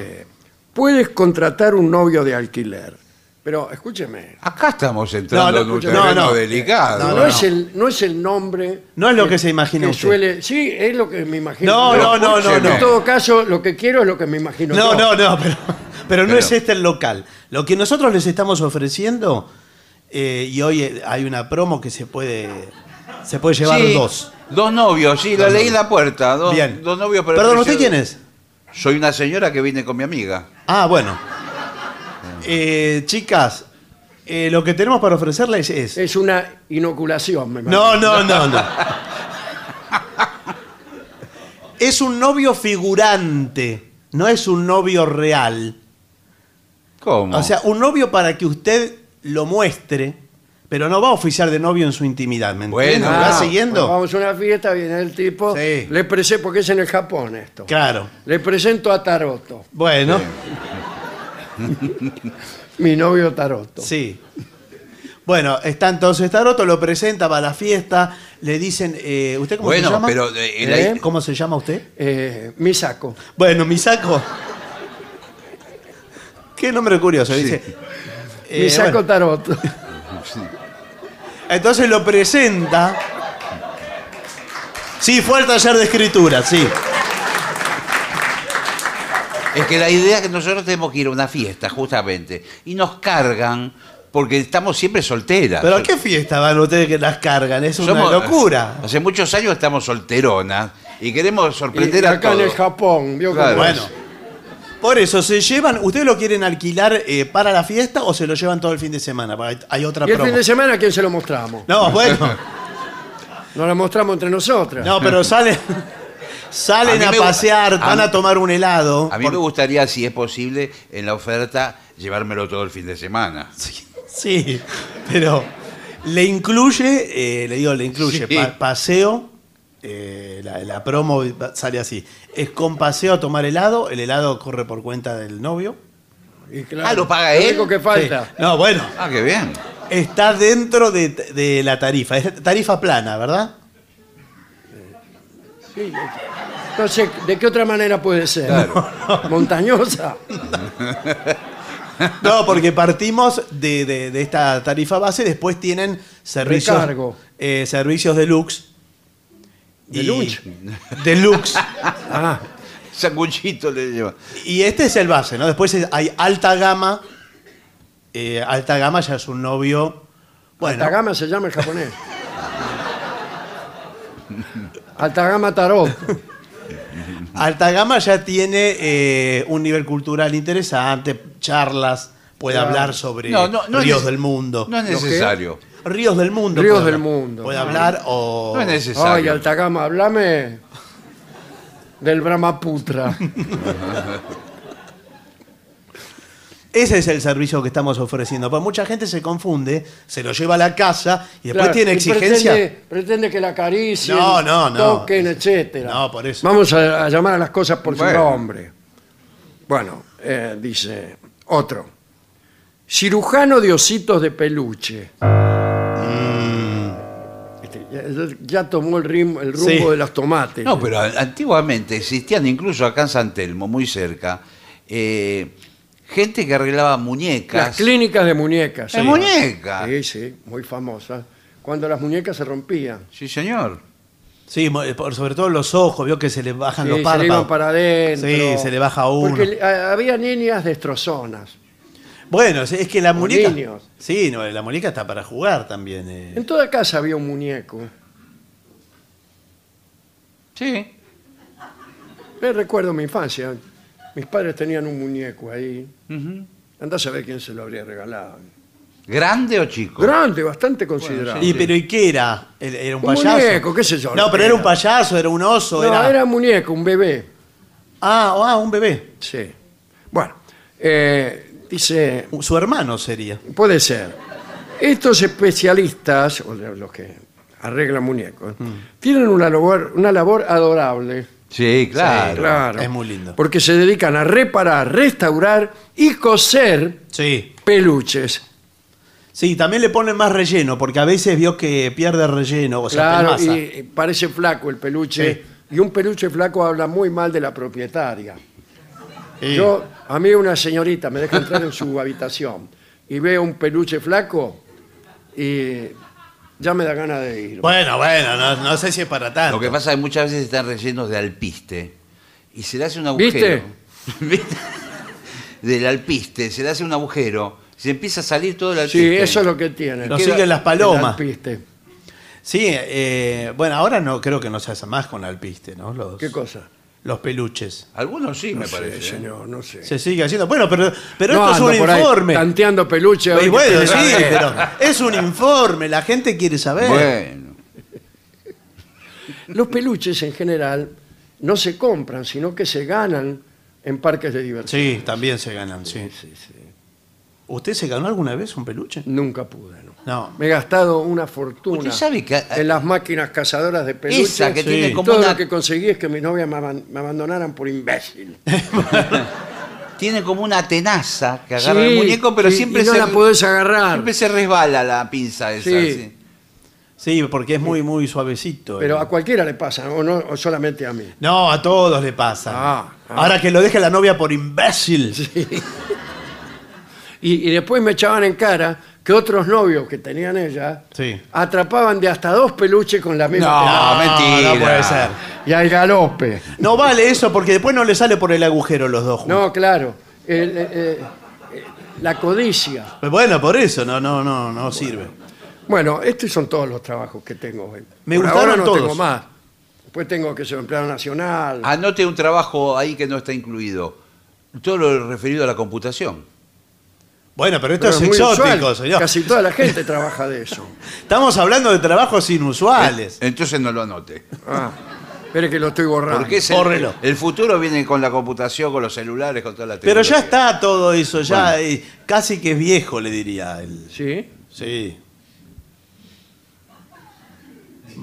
Puedes contratar un novio de alquiler, pero escúcheme,
Acá estamos entrando
No, no,
en un
escucha-
terreno
no, no.
delicado.
No,
no,
no.
es el, no es el nombre.
No es lo que se imagina
que
usted.
suele- sí, es lo que me imagino.
No,
yo.
no, no,
no, no.
En todo caso, lo que quiero es lo que me imagino.
No,
yo.
no, no, pero, pero no
Pero-
es este el local. Lo que nosotros les estamos ofreciendo, eh, y hoy eh, hay una promo que se puede, se puede llevar
Sí,
dos.
Ah. Dos novios, sí, la
Dos
leí en
novios.
la puerta. Dos,
Bien.
dos novios, pero.
Perdón,
el
¿usted
precio-
quién es?
Soy una señora que vine con mi amiga.
Ah, bueno. Eh, chicas, eh, lo que tenemos para ofrecerles es...
Es una inoculación, me imagino.
No, no, no, no. Es un novio figurante, no es un novio real.
¿Cómo?
O sea, un novio para que usted lo muestre, pero no va a oficiar de novio en su intimidad, ¿me entiende?
Bueno,
¿Me
ah,
va
bueno,
siguiendo?
pues vamos a una fiesta, viene el tipo.
Sí.
Le presento, porque es en el Japón esto.
Claro.
Le presento a Taroto,
Bueno,
[laughs] mi novio Taroto.
sí. Bueno, está entonces Taroto, lo presenta para la fiesta, le dicen, eh, ¿usted cómo
Bueno,
se llama?
pero, eh, el ahí-
¿Cómo se llama usted?
Eh, Misako.
Bueno, mi saco. Qué nombre curioso, dice. Eh,
Misako
bueno, [laughs]
Taroto.
entonces lo presenta. Sí, fue al taller de escritura, sí.
Es que la idea es que nosotros tenemos que ir a una fiesta, justamente. Y nos cargan porque estamos siempre solteras.
Pero ¿a qué fiesta van ustedes que las cargan? Es una
Somos-
locura.
Hace muchos años estamos solteronas y queremos sorprender
Y
a
acá en el
todos.
Japón, vio
Claro.
cómo es.
Bueno. Por eso, ¿se llevan? ¿Ustedes lo quieren alquilar eh, para la fiesta o se lo llevan todo el fin de semana? Porque Hay hay otra
Y el fin
promo.
de semana, ¿a quién se lo mostramos?
No,
[laughs]
bueno.
Nos [laughs] lo mostramos entre nosotras.
No, pero salen, salen
A
a,
mí me gu-
pasear,
a
van
mí-
a tomar un helado.
A mí me gustaría, si es posible, en la oferta, llevármelo todo el fin de semana.
Sí, pero le incluye, eh, le digo, le incluye
Sí.
pa- paseo, eh, la, la promo va- sale así. Es con paseo a tomar helado, el helado corre por cuenta del novio.
Y claro,
Ah, ¿lo paga él?
único que falta.
Sí. No, bueno,
Ah, qué bien.
está dentro de, de la tarifa, es tarifa plana, ¿verdad?
Sí. Entonces, ¿de qué otra manera puede ser? ¿Montañosa?
[laughs] No, porque partimos de, de- de esta tarifa base, después tienen servicios,
Recargo.
eh, servicios deluxe. y-
[laughs]
¿Deluxe?
Deluxe.
Ah,
Sanguchito le lleva.
Y este es el base, ¿no? Después es- hay alta gama. Eh, alta gama ya es un novio. Bueno,
Altagama se llama el japonés. Altagama Tarot.
alta gama ya tiene eh, un nivel cultural interesante, charlas, puede
Claro.
hablar sobre
No, no, no es
ríos
nec-
del mundo.
No es necesario.
Ríos del mundo.
Ríos
puede
del
hablar.
mundo.
Puede hablar o.
No es
Ay,
necesario.
Altagama, háblame del Brahmaputra.
Ese es el servicio que estamos ofreciendo. Pues mucha gente se confunde, se lo lleva a la casa y después
Claro,
tiene
y
exigencia.
Pretende, pretende que la acaricien,
No, no, no.
toquen, etcétera.
No, por eso.
eh, Vamos a, a llamar a las cosas por su
Bueno.
nombre. Bueno, eh, dice, Otro. Cirujano de ositos de peluche.
Mm.
Este, ya, ya tomó el, rim- el rumbo
Sí.
de los tomates.
No, pero a- antiguamente existían, incluso acá en San Telmo, muy cerca, eh, gente que arreglaba
Las
muñecas.
clínicas de muñecas.
Eh, muñecas.
Sí, sí, muy famosas. Cuando las muñecas se rompían.
Sí, señor.
Sí, mo- eh, por- sobre todo los ojos, vio que se le bajan
Sí,
los
se le
párpados.
iban para adentro.
Sí, se le baja uno.
Porque le- a- había niñas destrozonas.
Bueno, es- es que la muñeca.
niños.
Sí, no, la muñeca está para jugar también. eh.
En toda casa había un muñeco.
Sí.
Eh, recuerdo mi infancia. Mis padres tenían un muñeco ahí. Andá a saber quién se lo habría regalado.
¿Grande o chico?
Grande, bastante considerable.
Y, pero ¿y qué era? ¿El- ¿Era un
Un
payaso?
muñeco, qué sé yo, lo
No, pero
que
era un
era.
payaso, era un oso,
No,
era...
era... muñeco, un bebé.
Ah, ah, un bebé.
Sí. Bueno, eh, dice,
Su hermano sería.
puede ser. Estos especialistas, o sea, los que arreglan muñecos,
Mm.
tienen una labor, una labor adorable.
Sí, claro.
Sí,
Claro.
es muy lindo.
Porque se dedican a reparar, restaurar y coser
Sí.
peluches.
Sí, también le ponen más relleno, porque a veces vio que pierde relleno, o sea,
Claro,
pelmaza.
y y parece flaco el peluche. Y un peluche flaco habla muy mal de la propietaria.
Sí.
Yo, a mí una señorita me deja entrar en su [laughs] habitación y veo un peluche flaco y ya me da ganas de ir.
Bueno, bueno, no, no sé si es para tanto.
Lo que pasa es que muchas veces están rellenos de alpiste. Y se le hace un agujero. [laughs] ¿Viste? Del alpiste, se le hace un agujero. Se empieza a salir todo el
sí,
alpiste.
eso es lo que tiene.
Lo
Queda
siguen las palomas.
el alpiste.
Sí, eh, bueno, ahora no creo que no se hace más con alpiste, ¿no? Los,
¿Qué cosa?
Los peluches.
Algunos sí, me parece.
Sí,
¿eh?
señor, no sé.
Se sigue haciendo. Bueno, pero, pero
No
esto es
ando
un
por ahí
informe.
Tanteando peluche. a ver
Y
qué
bueno,
tiene
sí,
la gente.
pero es un informe, la gente quiere saber.
Bueno.
Los peluches en general no se compran, sino que se ganan en parques de diversión.
Sí, también se ganan, sí. ¿Usted se ganó alguna vez un peluche?
Nunca pude, ¿no?
No.
Me he gastado una fortuna
Usted sabe que a-
en las máquinas cazadoras de peluches.
eh, Esa que
Sí.
tiene como
Todo
una,
lo que conseguí es que mi novia me, aban- me abandonaran por imbécil.
tiene como una tenaza que agarra el
Sí,
muñeco, pero
y-
siempre
y no
se
la podés agarrar.
siempre se resbala la pinza esa.
Sí.
sí.
Sí, porque es muy, muy suavecito.
Pero
eh.
a cualquiera le pasa, o, no, o solamente a mí.
No, a todos le pasa.
Ah, ah.
Ahora que lo deja la novia por imbécil.
Y, y después me echaban en cara que otros novios que tenían ella
Sí.
atrapaban de hasta dos peluches con la misma
No,
No,
mentira.
no puede ser.
tela- y al galope.
No vale eso porque después no le sale por el agujero los dos juntos.
No, claro. El- el- el- la codicia.
Pues Bueno, por eso no, no, no, no sirve.
Bueno, estos son todos los trabajos que tengo hoy.
Me
Por
gustaron
ahora no
todos.
tengo más. Después tengo que ser empleado nacional.
Anote un trabajo ahí que no está incluido. Todo lo referido a la computación.
Bueno, pero esto
Pero
es,
muy
exótico,
usual.
señor.
Casi toda la gente trabaja de eso.
[laughs]
[laughs] Estamos hablando de trabajos inusuales.
Eh, Entonces no lo anote.
Ah, espere que lo estoy borrando.
Porque es el,
Bórrelo.
el futuro viene con la computación, con los celulares, con toda la
Pero
tecnología.
ya está todo eso, ya eh, casi que es viejo, le diría. El...
Sí.
Sí.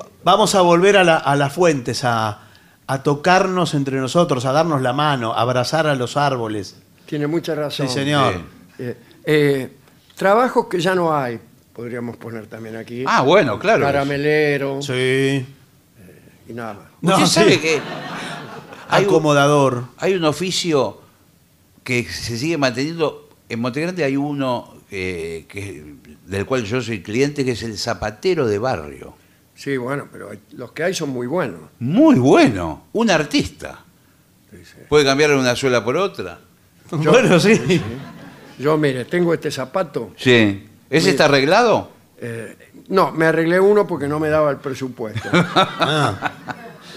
Va- Vamos a volver a, la- a las fuentes, a, a tocarnos entre nosotros, a darnos la mano, a abrazar a los árboles.
Tiene mucha razón.
Sí, señor.
bien.
Eh, eh, trabajos que ya no hay, podríamos poner también aquí.
Ah, bueno, claro.
Caramelero
Sí.
eh, y nada más.
Usted
No,
sabe
sí.
que hay un,
Acomodador.
hay un oficio que se sigue manteniendo. En Montegrande hay uno eh, que, del cual yo soy cliente, que es el zapatero de barrio.
Sí, bueno, pero hay- los que hay son muy buenos.
Muy bueno, un artista. Puede cambiar una suela por otra.
[laughs] Bueno, sí.
Yo, mire, tengo este zapato.
Sí. ¿Ese está arreglado?
eh, no, me arreglé uno porque no me daba el presupuesto.
[laughs] Ah,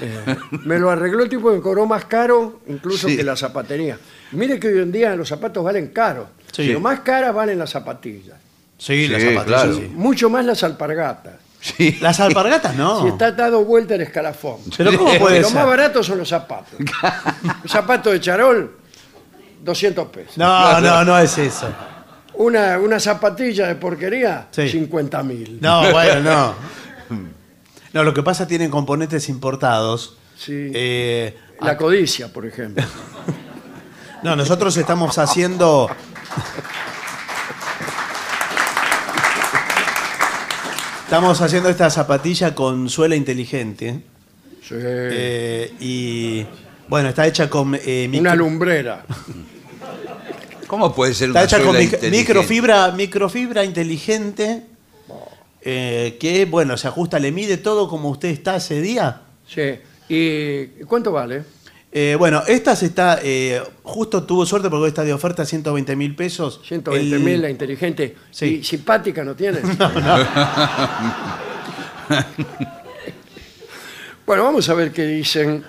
Eh, me lo arregló el tipo que me cobró más caro incluso
Sí.
que la zapatería. Mire que hoy en día los zapatos valen caros.
Sí.
Lo más caras valen las zapatillas.
sí,
Sí,
las zapatillas.
claro.
sí.
Mucho más las alpargatas.
Sí.
Las alpargatas no.
Si está dado vuelta el escalafón.
[laughs] Pero ¿cómo
Porque
puede
lo más
ser?
barato son los zapatos. Un zapato de charol, 200 pesos.
[laughs]
No, no, no es eso.
Una, una zapatilla de porquería,
Sí.
50 mil.
No, bueno,
[laughs]
no. No, lo que pasa tienen componentes importados.
Sí.
Eh, [laughs]
La codicia, por ejemplo.
no, nosotros estamos haciendo Estamos haciendo esta zapatilla con suela inteligente.
Sí.
eh, y bueno, está hecha con eh, micro-
una lumbrera.
¿Cómo puede ser
Está
una
hecha con
suela
mi-
inteligente?
microfibra, microfibra inteligente eh, que, bueno, se ajusta, le mide todo como usted está ese día.
Sí. ¿Y cuánto vale?
Eh, bueno, esta se está, eh, justo tuvo suerte porque está de oferta 120 mil pesos.
120
El-
mil, la inteligente.
Sí.
¿Y simpática no tiene? bueno, vamos a ver qué dicen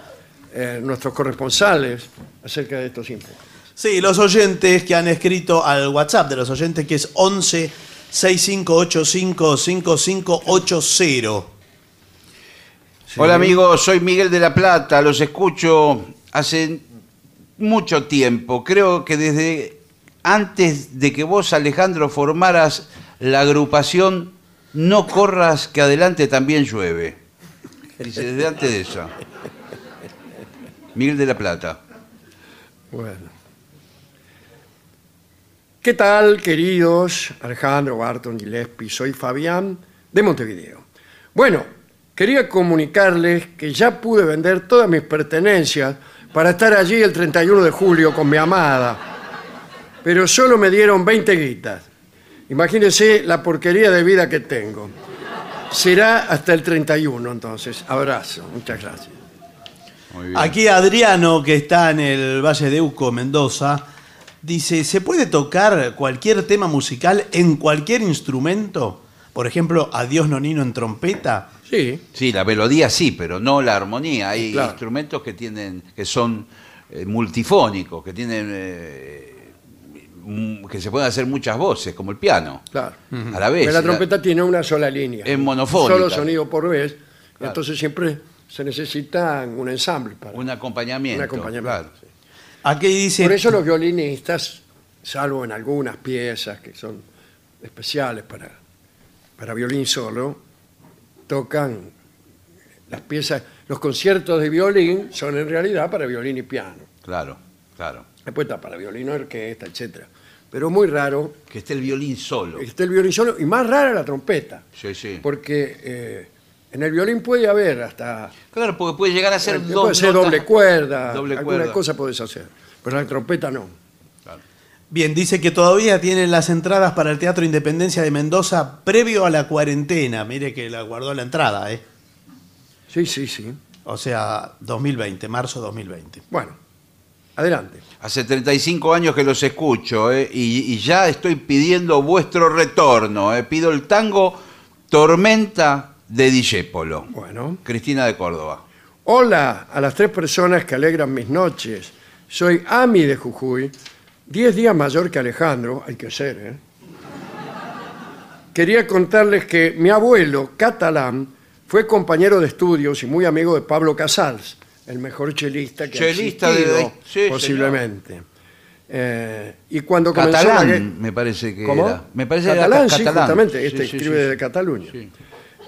eh, nuestros corresponsales acerca de estos infos.
Sí, los oyentes que han escrito al WhatsApp de los oyentes que es 11 6585 5580.
Hola amigos, soy Miguel de la Plata, los escucho hace mucho tiempo. Creo que desde antes de que vos, Alejandro, formaras la agrupación No Corras, que adelante también llueve. Dice, desde antes de eso. Miguel de la Plata.
Bueno. ¿Qué tal, queridos Alejandro, Barton, Gillespie? Soy Fabián de Montevideo. Bueno, quería comunicarles que ya pude vender todas mis pertenencias para estar allí el 31 de julio con mi amada, pero solo me dieron 20 guitas. Imagínense la porquería de vida que tengo. Será hasta el 31, entonces. Abrazo, muchas gracias.
Muy bien.
Aquí Adriano, que está en el Valle de Uco, Mendoza, dice, ¿se puede tocar cualquier tema musical en cualquier instrumento? Por ejemplo, Adiós Nonino en trompeta.
Sí,
Sí, la melodía sí, pero no la armonía. Hay
Claro.
instrumentos que tienen, que son eh, multifónicos, que tienen eh, mm, que se pueden hacer muchas voces, como el piano.
claro.
A la vez.
Pero la trompeta tiene una sola línea.
Es monofónica.
Solo sonido por vez. Entonces siempre se necesita un ensamble para
un acompañamiento.
un acompañamiento.
claro.
Aquí dice...
Por eso los violinistas, salvo en algunas piezas que son especiales para, para violín solo, tocan las piezas. Los conciertos de violín son en realidad para violín y piano.
Claro, claro.
Después está para violín, orquesta, etcétera. Pero muy raro
Que esté el violín solo.
está el violín solo y más rara la trompeta.
Sí, sí.
Porque eh, en el violín puede haber hasta
Claro, porque puede llegar a ser,
puede
dos
ser
notas-
doble cuerda,
Doble
alguna
cuerda.
cosa podés hacer, pero la trompeta no.
Bien, dice que todavía tienen las entradas para el Teatro Independencia de Mendoza previo a la cuarentena. Mire que la guardó la entrada, ¿eh?
Sí, sí, sí.
O sea, 2020, marzo 2020.
Bueno, adelante.
Hace 35 años que los escucho eh, y, y ya estoy pidiendo vuestro retorno. eh. Pido el tango Tormenta de Disépolo.
Bueno.
Cristina de Córdoba.
Hola a las tres personas que alegran mis noches. Soy Ami de Jujuy, 10 días mayor que Alejandro, hay que ser, ¿eh? Quería contarles que mi abuelo, catalán, fue compañero de estudios y muy amigo de Pablo Casals, el mejor chelista que
Chelista
ha
de-
existido,
sí, señor.
posiblemente. Eh, y cuando comenzó la gue-
Catalán, me parece que
¿Cómo?
era. Me parece que era
catalán, sí,
catalán.
justamente. Este
Sí, sí,
escribe
sí,
de
sí.
Cataluña.
Sí.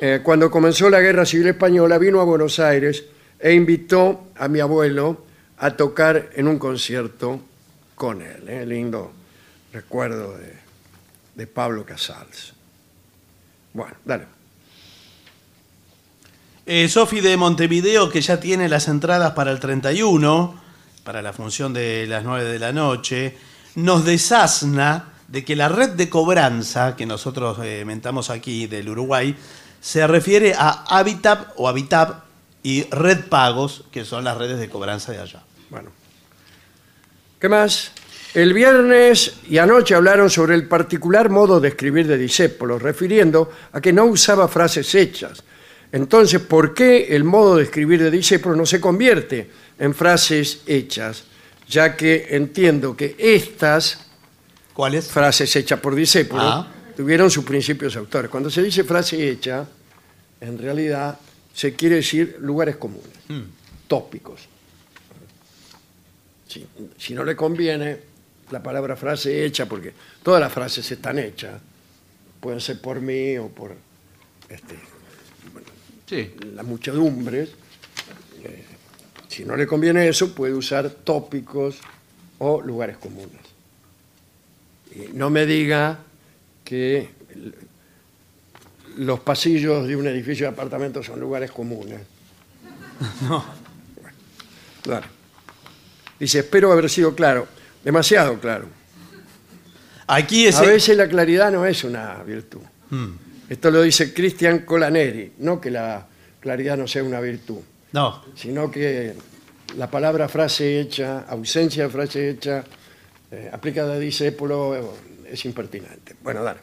Eh, cuando comenzó la Guerra Civil Española, vino a Buenos Aires e invitó a mi abuelo a tocar en un concierto con él. ¿eh? Lindo recuerdo de, de Pablo Casals. Bueno, dale.
Eh, Sofi de Montevideo, que ya tiene las entradas para el 31, para la función de las 9 de la noche, nos desasna de que la red de cobranza que nosotros eh, mentamos aquí del Uruguay se refiere a Habitat o Habitat y Red Pagos, que son las redes de cobranza de allá.
Bueno. ¿Qué más? El viernes y anoche hablaron sobre el particular modo de escribir de Discépolo, refiriendo a que no usaba frases hechas. Entonces, ¿por qué el modo de escribir de Discépolo no se convierte en frases hechas? Ya que entiendo que estas
¿Cuál es?
frases hechas por Discépolo
Ah.
tuvieron sus principios autores. Cuando se dice frase hecha, en realidad se quiere decir lugares comunes, tópicos. Si, si no le conviene la palabra frase hecha, porque todas las frases están hechas, pueden ser por mí o por este,
Sí.
las muchedumbres. eh, si no le conviene eso, puede usar tópicos o lugares comunes. Y Eh, No me diga que l- los pasillos de un edificio de apartamentos son lugares comunes. No. Claro. Dice, espero haber sido claro. Demasiado claro.
Aquí es.
A veces la claridad no es una virtud. Esto lo dice Cristian Colaneri. No que la claridad no sea una virtud,
No,
sino que la palabra frase hecha, ausencia de frase hecha, eh, aplicada a discípulo, eh, es impertinente. Bueno, dale.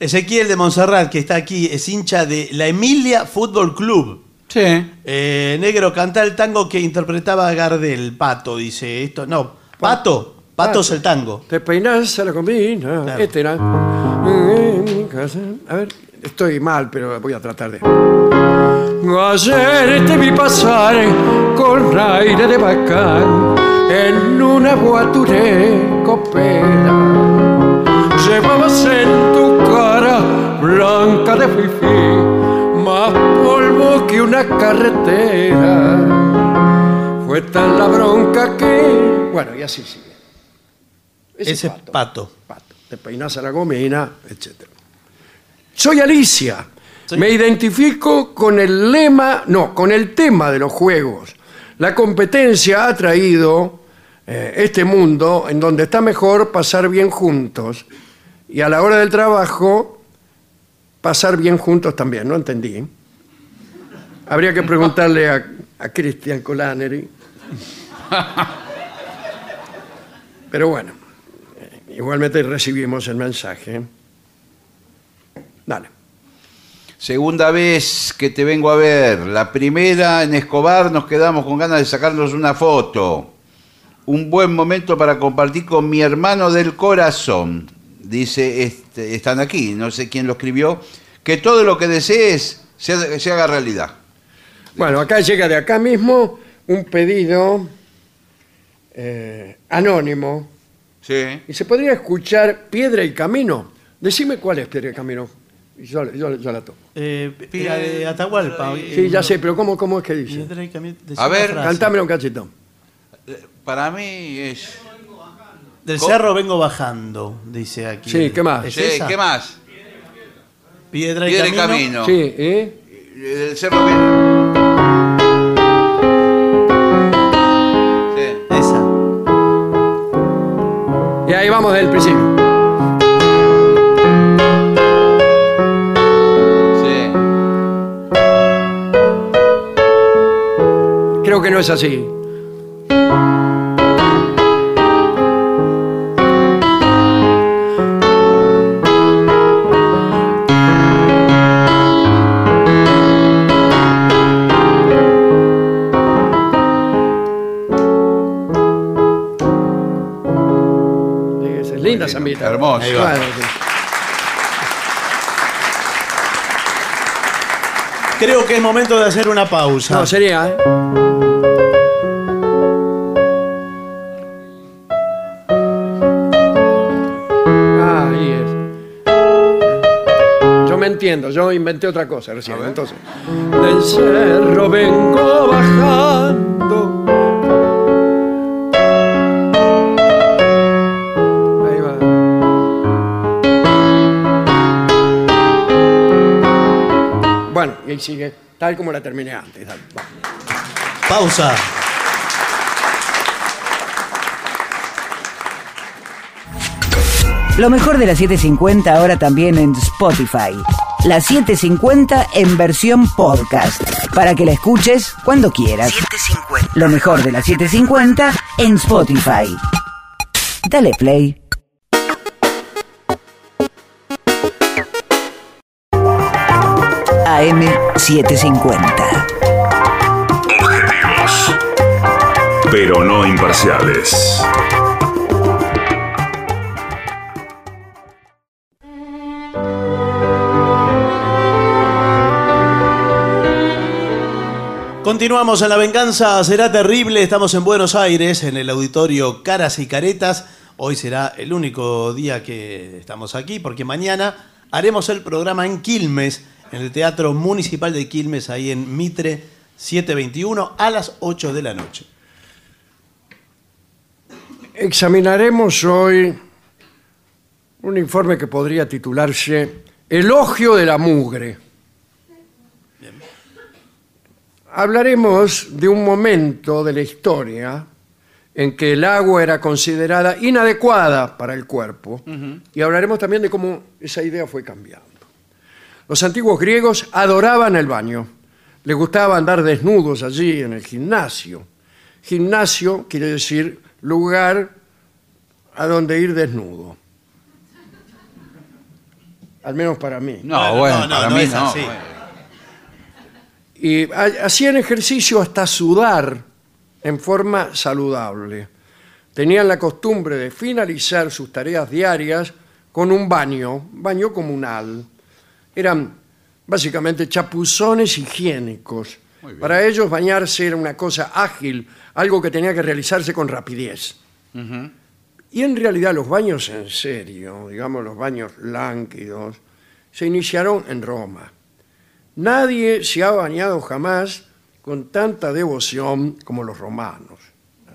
Ezequiel de Montserrat, que está aquí, es hincha de la Emilia Fútbol Club.
Sí.
Eh, negro, canta el tango que interpretaba Gardel, Pato, dice esto. No, Pato, Pato,
Pato.
es el tango.
Te peinás a la combina,
Claro.
etcétera. A ver, estoy mal, pero voy a tratar de. Ayer te vi pasar con aire de bacán en una voiture copera. Llevabas en tu cara blanca de fifí, más polvo que una carretera. Fue tan la bronca que. Bueno, y así sigue.
Ese, es
pato.
Pato.
Pato. Te peinás a la gomina, etc. Soy Alicia.
Sí.
Me identifico con el lema, no, con el tema de los juegos. La competencia ha traído eh, este mundo en donde está mejor pasar bien juntos y a la hora del trabajo pasar bien juntos también. No entendí. Habría que preguntarle a, a Christian
[laughs]
Colaneri. Pero bueno. Igualmente recibimos el mensaje. Dale.
Segunda vez que te vengo a ver. La primera en Escobar nos quedamos con ganas de sacarnos una foto. Un buen momento para compartir con mi hermano del corazón. Dice, este, están aquí, no sé quién lo escribió. Que todo lo que desees se, ha- se haga realidad.
Bueno, acá llega de acá mismo un pedido eh, anónimo.
Sí.
Y se podría escuchar Piedra y Camino. Decime cuál es Piedra y Camino. Yo, yo- yo la tomo.
Eh, Pira de Atahualpa.
Sí, ya sé, pero ¿cómo, cómo es que dice?
A ver,
Cantámelo un cachito.
Para mí es...
Del cerro vengo bajando, dice aquí.
Sí, ¿qué más?
¿Es
Sí,
esa?
¿Qué más?
Piedra y
Piedra y
camino.
camino.
Sí, ¿eh?
El cerro que... Sí.
Esa.
Y ahí vamos del principio.
Sí.
Creo que no es así. Es linda
Muy lindo,
zambita.
hermoso.
Ahí va. Claro, sí.
Creo que es momento de hacer una pausa.
No, sería. ¿eh? Ah, ahí es. Yo me entiendo, yo inventé otra cosa recién. Entonces, del cerro vengo bajando. Ahí va. Bueno, y ahí sigue, tal como la terminé antes. dale, va.
Pausa.
Lo mejor de la 750 ahora también en Spotify. La 750 en versión podcast. Para que la escuches cuando quieras. Lo mejor de la 750 en Spotify. Dale play. AM750.
Objetivos, pero no imparciales.
Continuamos en La Venganza Será Terrible. Estamos en Buenos Aires, en el auditorio Caras y Caretas. Hoy será el único día que estamos aquí, porque mañana haremos el programa en Quilmes, en el Teatro Municipal de Quilmes, ahí en Mitre 721, a las 8 de la noche.
Examinaremos hoy un informe que podría titularse Elogio de la mugre. Hablaremos de un momento de la historia en que el agua era considerada inadecuada para el cuerpo y hablaremos también de cómo esa idea fue cambiando. Los antiguos griegos adoraban el baño, les gustaba andar desnudos allí en el gimnasio. Gimnasio quiere decir lugar a donde ir desnudo. Al menos para mí.
No,
Bueno,
bueno,
no, no,
para
no
mí
es
no.
así.
bueno.
y ha- hacían ejercicio hasta sudar en forma saludable. Tenían la costumbre de finalizar sus tareas diarias con un baño, baño comunal. Eran básicamente chapuzones higiénicos. Para ellos bañarse era una cosa ágil, algo que tenía que realizarse con rapidez. Y en realidad los baños en serio, digamos los baños lánguidos, se iniciaron en Roma. Nadie se ha bañado jamás con tanta devoción como los romanos.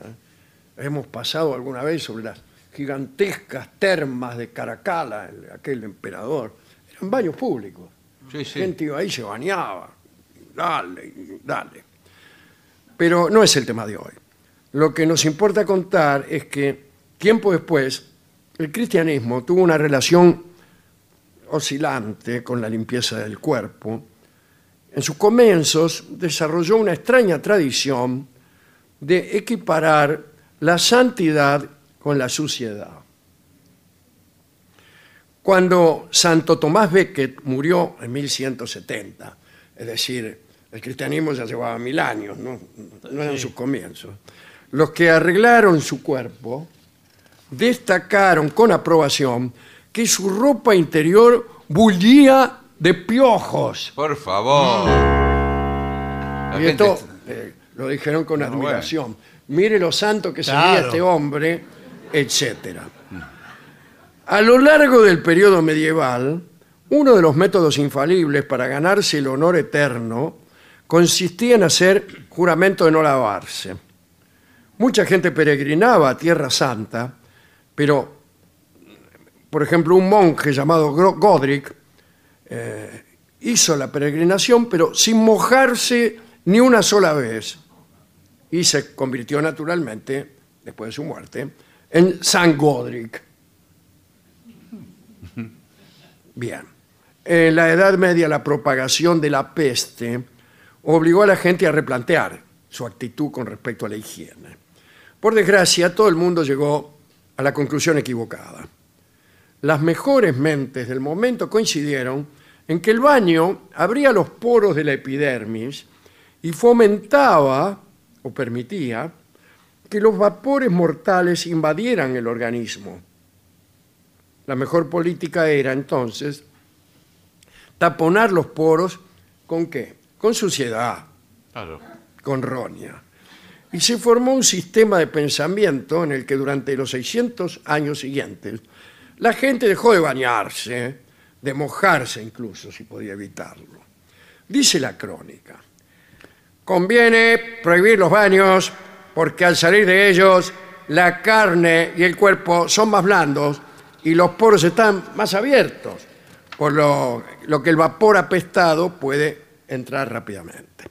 ¿eh? Hemos pasado alguna vez sobre las gigantescas termas de Caracala, el- aquel emperador. Eran baños públicos.
Sí, sí.
La gente iba ahí y se bañaba. Dale, dale. Pero no es el tema de hoy. Lo que nos importa contar es que tiempo después el cristianismo tuvo una relación oscilante con la limpieza del cuerpo. En sus comienzos desarrolló una extraña tradición de equiparar la santidad con la suciedad. Cuando Santo Tomás Becket murió en 1170, es decir, el cristianismo ya llevaba mil años, no, no eran sus comienzos, los que arreglaron su cuerpo destacaron con aprobación que su ropa interior bullía de piojos.
Por favor. La
Y
gente
esto
está-
eh, lo dijeron con admiración. Mire lo santo que sería
Claro.
este hombre, etcétera. A lo largo del periodo medieval, uno de los métodos infalibles para ganarse el honor eterno consistía en hacer juramento de no lavarse. Mucha gente peregrinaba a Tierra Santa, pero, por ejemplo, un monje llamado Gro- Godric eh, hizo la peregrinación, pero sin mojarse ni una sola vez. Y se convirtió naturalmente, después de su muerte, en San Godric. Bien. En la Edad Media, la propagación de la peste obligó a la gente a replantear su actitud con respecto a la higiene. Por desgracia, todo el mundo llegó a la conclusión equivocada. Las mejores mentes del momento coincidieron en que el baño abría los poros de la epidermis y fomentaba o permitía que los vapores mortales invadieran el organismo. La mejor política era entonces taponar los poros con qué? Con suciedad,
Claro.
con roña. Y se formó un sistema de pensamiento en el que durante los 600 años siguientes la gente dejó de bañarse, de mojarse incluso, si podía evitarlo. Dice la crónica, conviene prohibir los baños porque al salir de ellos la carne y el cuerpo son más blandos y los poros están más abiertos, por lo, lo que el vapor apestado puede entrar rápidamente.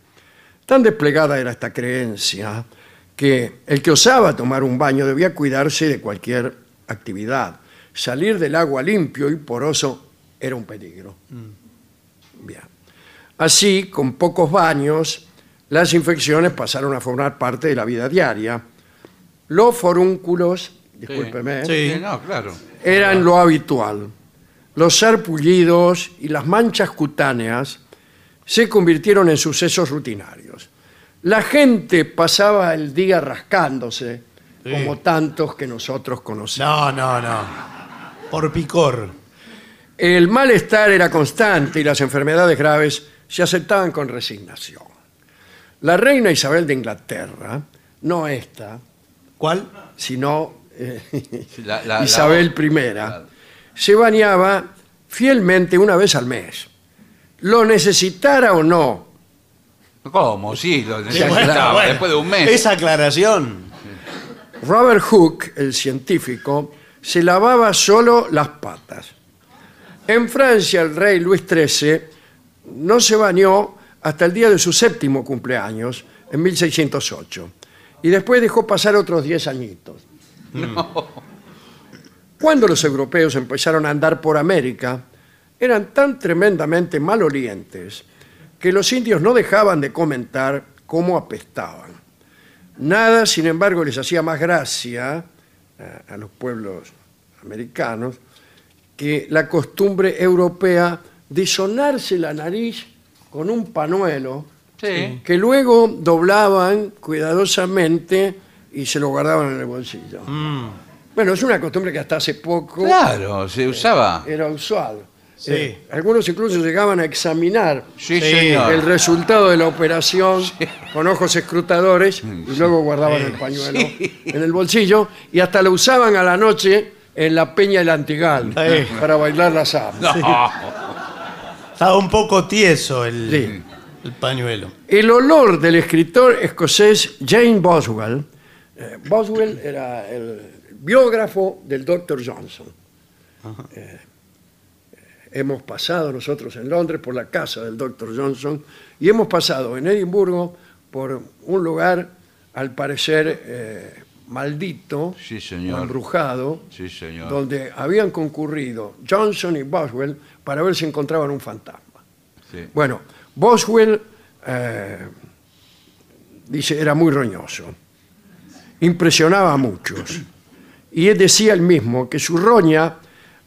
Tan desplegada era esta creencia que el que osaba tomar un baño debía cuidarse de cualquier actividad. Salir del agua limpio y poroso era un peligro. Bien. Así, con pocos baños, las infecciones pasaron a formar parte de la vida diaria. Los forúnculos, discúlpeme, ¿eh?
Sí.
Sí, no, claro.
eran lo habitual. Los sarpullidos y las manchas cutáneas se convirtieron en sucesos rutinarios. La gente pasaba el día rascándose,
Sí.
como tantos que nosotros conocemos.
No, no, no. Por picor.
El malestar era constante y las enfermedades graves se aceptaban con resignación. La reina Isabel de Inglaterra, no esta,
¿Cuál?
sino eh,
La- la- la-
Isabel I, se bañaba fielmente una vez al mes. Lo necesitara o no,
¿Cómo? Sí, lo necesitaba.
Bueno, bueno.
Después de un mes.
Esa aclaración.
Robert Hooke, el científico, se lavaba solo las patas. En Francia, el rey Luis XIII no se bañó hasta el día de su séptimo cumpleaños, en 1608, y después dejó pasar otros 10 añitos. Cuando los europeos empezaron a andar por América, eran tan tremendamente malolientes que los indios no dejaban de comentar cómo apestaban. Nada, sin embargo, les hacía más gracia eh, a los pueblos americanos que la costumbre europea de sonarse la nariz con un panuelo
Sí.
que luego doblaban cuidadosamente y se lo guardaban en el bolsillo.
Mm.
Bueno, es una costumbre que hasta hace poco
Claro, se usaba.
era usual. Eh,
Sí.
algunos incluso llegaban a examinar
Sí,
Sí,
señor.
el resultado de la operación con ojos escrutadores y luego guardaban el pañuelo en el bolsillo y hasta lo usaban a la noche en la peña del Antigal
Sí.
para bailar la samba.
Estaba un poco tieso el,
Sí.
el pañuelo.
El olor del escritor escocés Jane Boswell, eh, Boswell era el biógrafo del Dr. Johnson. Eh, hemos pasado nosotros en Londres por la casa del Dr. Johnson y hemos pasado en Edimburgo por un lugar, al parecer, eh, maldito,
Sí, señor.
o embrujado,
Sí, señor.
donde habían concurrido Johnson y Boswell para ver si encontraban un fantasma.
Sí.
Bueno, Boswell eh, dice era muy roñoso, impresionaba a muchos y él decía el mismo que su roña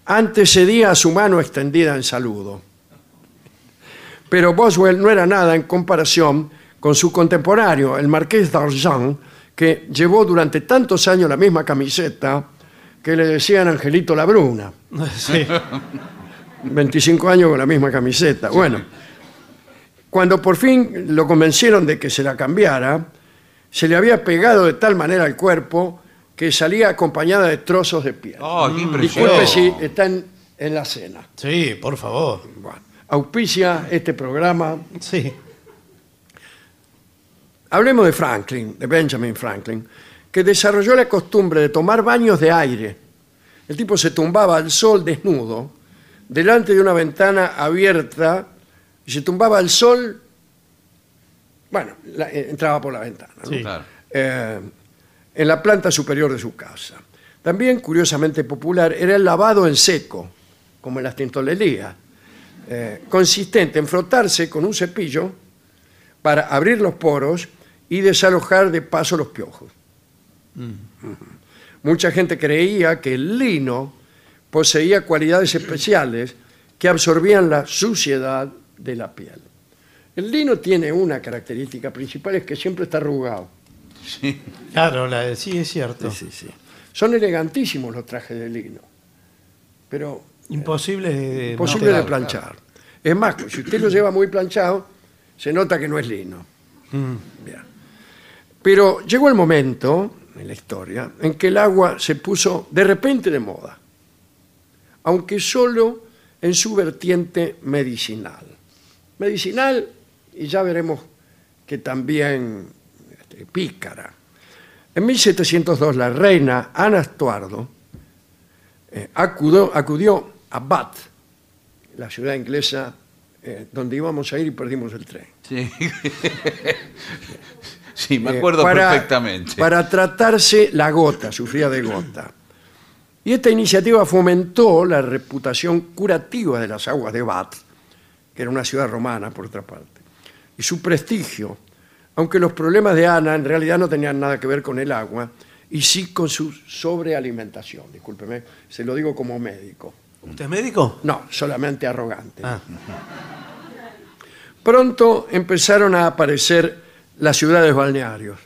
antecedía a su mano extendida en saludo. Pero Boswell no era nada en comparación con su contemporáneo, el marqués d'Argent, que llevó durante tantos años la misma camiseta que le decían Angelito la Bruna.
Sí.
25 años con la misma camiseta. Bueno, cuando por fin lo convencieron de que se la cambiara, se le había pegado de tal manera al cuerpo que salía acompañada de trozos de piel.
Oh, qué impresión.
Disculpe si están en la cena.
Sí, por favor.
Bueno, auspicia este programa.
Sí.
Hablemos de Franklin, de Benjamin Franklin, que desarrolló la costumbre de tomar baños de aire. El tipo se tumbaba al sol desnudo, delante de una ventana abierta, y se tumbaba al sol, bueno, la- eh, entraba por la ventana. ¿no?
Sí.
Claro.
eh, en la planta superior de su casa. También, curiosamente popular, era el lavado en seco, como en las tintolerías, eh, consistente en frotarse con un cepillo para abrir los poros y desalojar de paso los piojos. Ujú. Mucha gente creía que el lino poseía cualidades especiales que absorbían la suciedad de la piel. El lino tiene una característica principal, es que siempre está arrugado.
Claro, la- sí, es cierto.
Son elegantísimos los trajes de lino, pero
Imposible de.
posible de
alterar.
planchar. Es más, si usted lo lleva muy planchado, se nota que no es lino.
Mm.
Bien. Pero llegó el momento en la historia en que el agua se puso de repente de moda, aunque solo en su vertiente medicinal. Medicinal, y ya veremos que también este, pícara. En 1702 la reina Ana Estuardo eh, acudió, acudió a Bath, la ciudad inglesa eh, donde íbamos a ir y perdimos el tren.
Sí. Sí, me
Eh,
acuerdo
para-
perfectamente.
Para tratarse la gota, sufría de gota. Y esta iniciativa fomentó la reputación curativa de las aguas de Bath, que era una ciudad romana, por otra parte, y su prestigio, aunque los problemas de Ana en realidad no tenían nada que ver con el agua, y sí con su sobrealimentación. Discúlpeme, se lo digo como médico.
¿Usted es médico?
No, solamente arrogante.
Ah.
pronto empezaron a aparecer las ciudades balnearios,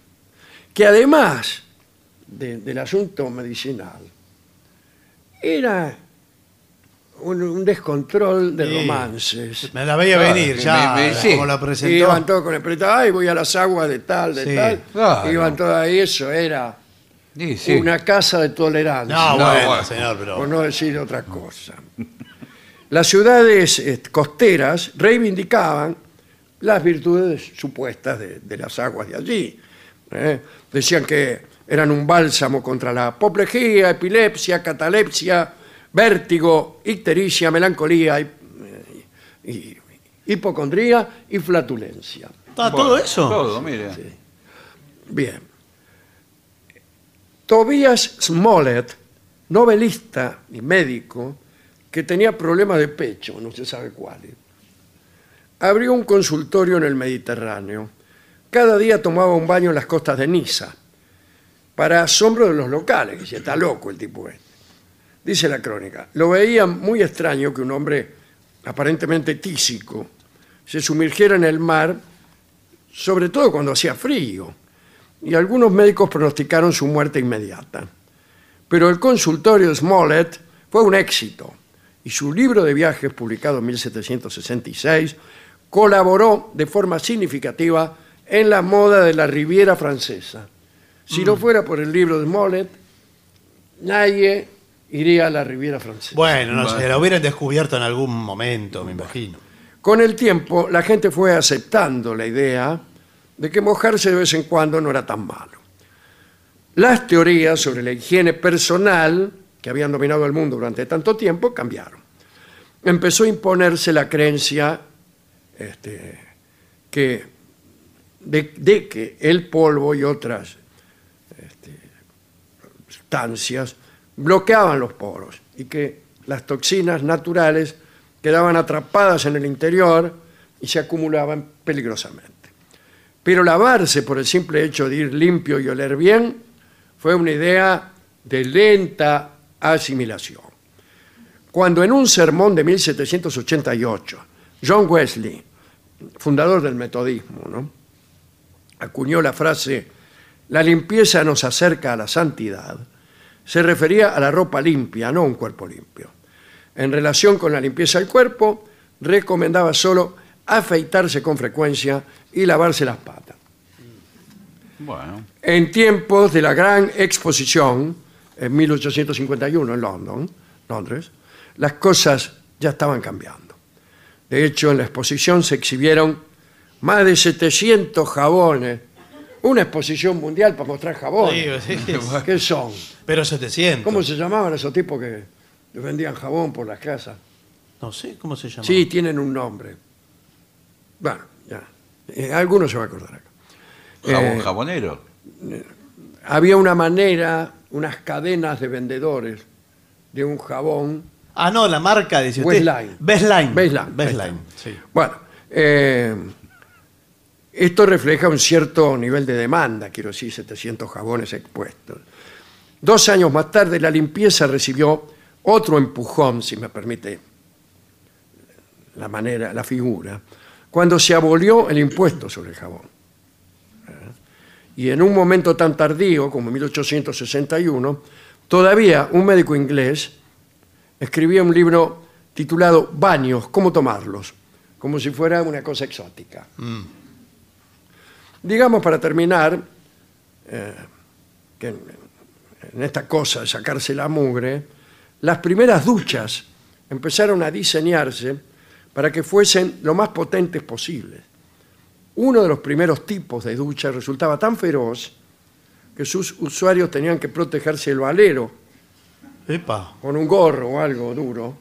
que además de- del asunto medicinal, era un, un descontrol de
Sí.
romances.
Me la veía
Claro,
venir
me-
ya,
me- sí.
como la
Y
presentó.
iban todos con el pretexto, ay, voy a las aguas de tal, de
Sí,
tal.
claro.
Iban todos ahí, eso era
Sí, sí.
una casa de tolerancia.
No,
No,
bueno,
bueno.
señor, pero.
por no decir otra cosa. Las ciudades eh, costeras reivindicaban las virtudes supuestas de, de las aguas de allí. ¿eh? Decían que eran un bálsamo contra la apoplejía, epilepsia, catalepsia, vértigo, ictericia, melancolía, hi- eh, hi- hipocondría y flatulencia.
¿Está todo
Bueno,
eso?
Todo, mire.
Bien. Tobias Smollett, novelista y médico, que tenía problemas de pecho, no se sabe cuáles, abrió un consultorio en el Mediterráneo. Cada día tomaba un baño en las costas de Niza, para asombro de los locales, que dice, está loco el tipo este. Dice la crónica, lo veía muy extraño que un hombre aparentemente tísico se sumergiera en el mar, sobre todo cuando hacía frío y algunos médicos pronosticaron su muerte inmediata. Pero el consultorio de Smollett fue un éxito y su libro de viajes, publicado en 1766, colaboró de forma significativa en la moda de la Riviera francesa. Si
Mm.
no fuera por el libro de Smollett, nadie iría a la Riviera francesa.
Bueno, no sé, lo hubieran descubierto en algún momento, me imagino.
Con el tiempo, la gente fue aceptando la idea de que mojarse de vez en cuando no era tan malo. Las teorías sobre la higiene personal que habían dominado el mundo durante tanto tiempo cambiaron. Empezó a imponerse la creencia este, que, de, de que el polvo y otras este, sustancias bloqueaban los poros y que las toxinas naturales quedaban atrapadas en el interior y se acumulaban peligrosamente. Pero lavarse por el simple hecho de ir limpio y oler bien fue una idea de lenta asimilación. Cuando en un sermón de 1788, John Wesley, fundador del metodismo, ¿no? acuñó la frase, la limpieza nos acerca a la santidad, se refería a la ropa limpia, no a un cuerpo limpio. En relación con la limpieza del cuerpo, recomendaba solo afeitarse con frecuencia y lavarse las patas.
Bueno.
En tiempos de la gran exposición, en 1851 en London, Londres, las cosas ya estaban cambiando. De hecho, en la exposición se exhibieron más de 700 jabones. Una exposición mundial para mostrar jabones.
Sí, sí,
¿Qué son?
Pero 700.
¿Cómo se llamaban esos tipos que vendían jabón por las casas?
No sé, ¿cómo se llama?
Sí, tienen un nombre. Bueno, ya. Eh, alguno se va a acordar acá.
Jabón,
Eh,
jabonero.
había una manera, unas cadenas de vendedores de un jabón.
Ah, no, la marca, dice usted.
Westline.
Bestline.
Bestline,
Bestline,
Bestline.
sí.
Bueno, eh, esto refleja un cierto nivel de demanda, quiero decir, 700 jabones expuestos. Dos años más tarde, la limpieza recibió otro empujón, si me permite la manera, la figura, cuando se abolió el impuesto sobre el jabón. ¿Eh? Y en un momento tan tardío como 1861, todavía un médico inglés escribía un libro titulado Baños, cómo tomarlos, como si fuera una cosa exótica. Digamos para terminar, eh, que en, en esta cosa de sacarse la mugre, las primeras duchas empezaron a diseñarse para que fuesen lo más potentes posibles. Uno de los primeros tipos de ducha resultaba tan feroz que sus usuarios tenían que protegerse el valero
Epa.
con un gorro o algo duro,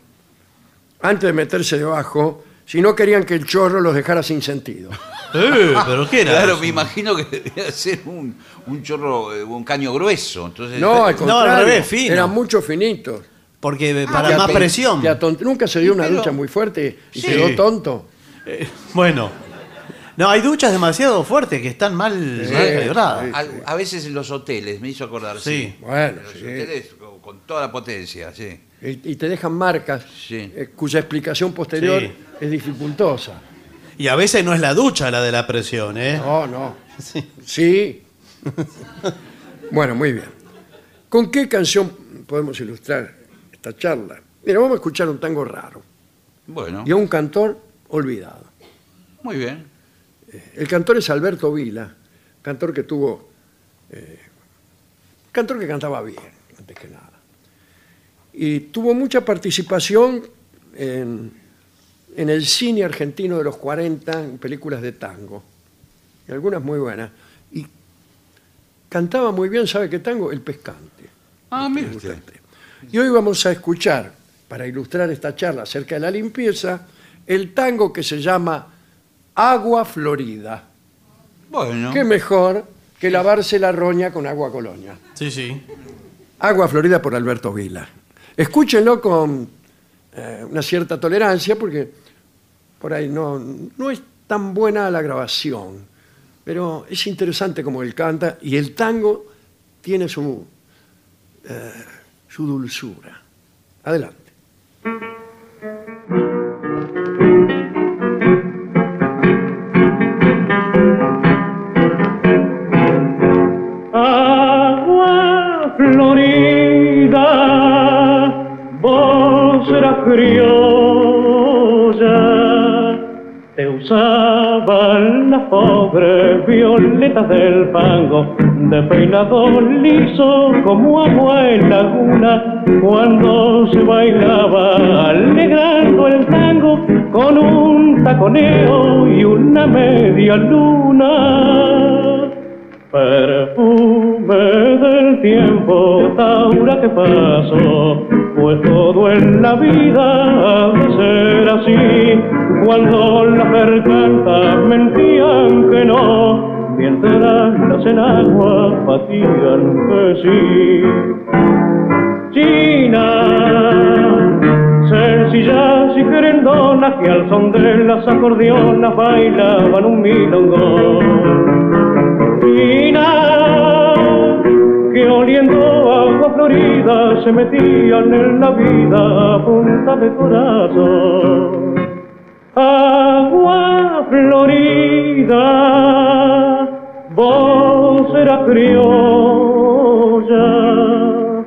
antes de meterse debajo, si no querían que el chorro los dejara sin sentido.
Eh, ¿Pero qué era?
Claro,
eso?
me imagino que debía ser un, un chorro, eh, un caño grueso. Entonces,
No, al
No, al
eh,
contrario,
revés, fino.
eran muchos finitos. Ah.
Porque para
Te
más
aton-
presión.
te aton- Nunca se dio una
Pero-
ducha muy fuerte y
Sí.
quedó tonto.
Eh, Bueno. No, hay duchas demasiado fuertes que están mal, mal calibradas.
sí.
al- a, veces en los hoteles, me hizo acordar.
Sí.
Sí.
Bueno,
En los
sí.
hoteles con, con toda la potencia, sí.
Y, y te dejan marcas
Sí.
eh, cuya explicación posterior
Sí.
es dificultosa. [laughs]
Y a veces no es la ducha la de la presión, ¿eh?
No, no.
Sí.
Sí. bueno, muy bien. ¿Con qué canción podemos ilustrar esta charla? Mira, vamos a escuchar un tango raro
Bueno,
y a un cantor olvidado. Eh,
muy bien.
El cantor es Alberto Vila, cantor que tuvo. eh, cantor que cantaba bien, antes que nada. Y tuvo mucha participación en, en el cine argentino de los 40, en películas de tango. Y algunas muy buenas. Y cantaba muy bien, ¿sabe qué tango? El pescante.
Ah, mire
el
usted.
pescante. Y hoy vamos a escuchar, para ilustrar esta charla acerca de la limpieza, el tango que se llama Agua Florida.
Bueno.
¿Qué mejor que lavarse la roña con agua colonia?
Sí, sí.
Agua Florida por Alberto Vila. Escúchenlo con eh, una cierta tolerancia porque por ahí no, no es tan buena la grabación, pero es interesante como él canta y el tango tiene su, eh, su dulzura. Adelante.
Agua florida, vos eras criolla, te usaban las pobres violetas del fango, de peinado liso como agua en laguna, cuando se bailaba alegrando el tango con un taconeo y una media luna perfume del tiempo, taura que pasó, pues todo en la vida ha de ser así, cuando las percantas mentían que no, mientras las en agua patían que sí. China, sencillas y querendonas que al son de las acordeonas bailaban un milongo. China, que oliendo agua florida se metían en la vida a punta de corazón. Agua florida, vos eras criolla,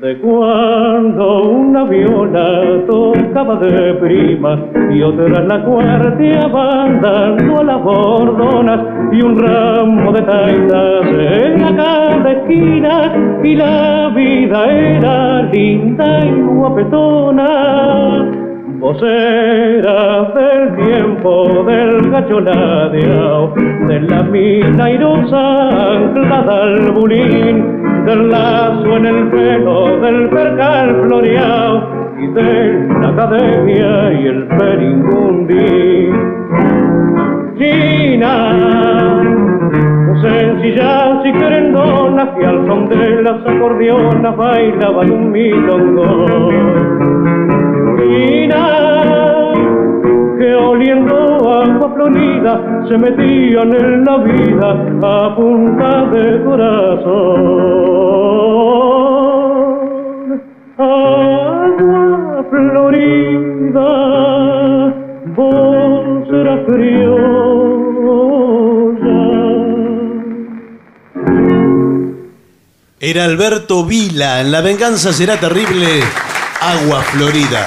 de cuando una viola tocaba de prima y otra la guardiaba dando a las bordonas y un ramo de taitas en la cada esquina y la vida era linda y guapetona. Vos eras del tiempo del gacho ladeao, de la mina irosa anclada al bulín, del lazo en el pelo, del percal floreado y de la academia y el peringundín. China, sencillas y querendonas que al son de las acordeonas bailaban un milongo. China, que oliendo agua florida se metían en la vida a punta de corazón. Agua florida, vos eras criolla.
Era Alberto Vila. En La venganza será terrible. Agua Florida.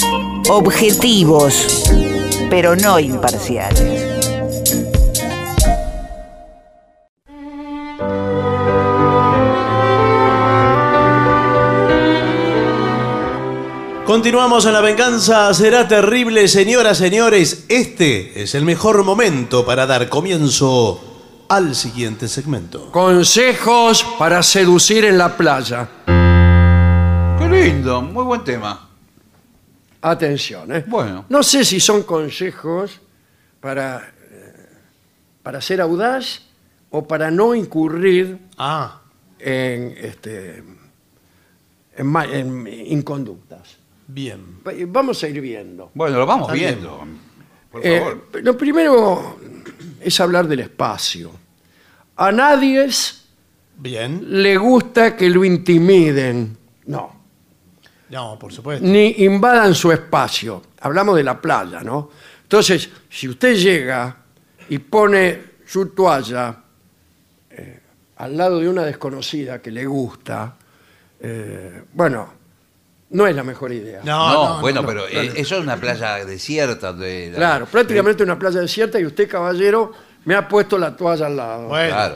Objetivos, pero no imparciales.
Continuamos en La venganza será terrible, señoras, señores. Este es el mejor momento para dar comienzo al siguiente segmento.
Consejos para seducir en la playa.
Qué lindo, muy buen tema.
Atención, ¿eh?
Bueno.
No sé si son consejos para, eh, para ser audaz o para no incurrir
Ah,
en, este, en, ma- en inconductas.
bien.
Va- Vamos a ir viendo.
Bueno, lo vamos
bien.
viendo. Por
Eh,
favor.
lo primero es hablar del espacio. A nadie
Bien.
le gusta que lo intimiden. No.
No, por supuesto.
ni invadan su espacio. Hablamos de la playa, ¿no? Entonces, si usted llega y pone su toalla eh, al lado de una desconocida que le gusta, eh, bueno, no es la mejor idea.
No,
No, no,
bueno,
no,
pero eh, eso es una playa desierta. De la-
Claro, prácticamente una playa desierta y usted, caballero, me ha puesto la toalla al lado.
Bueno,
Claro.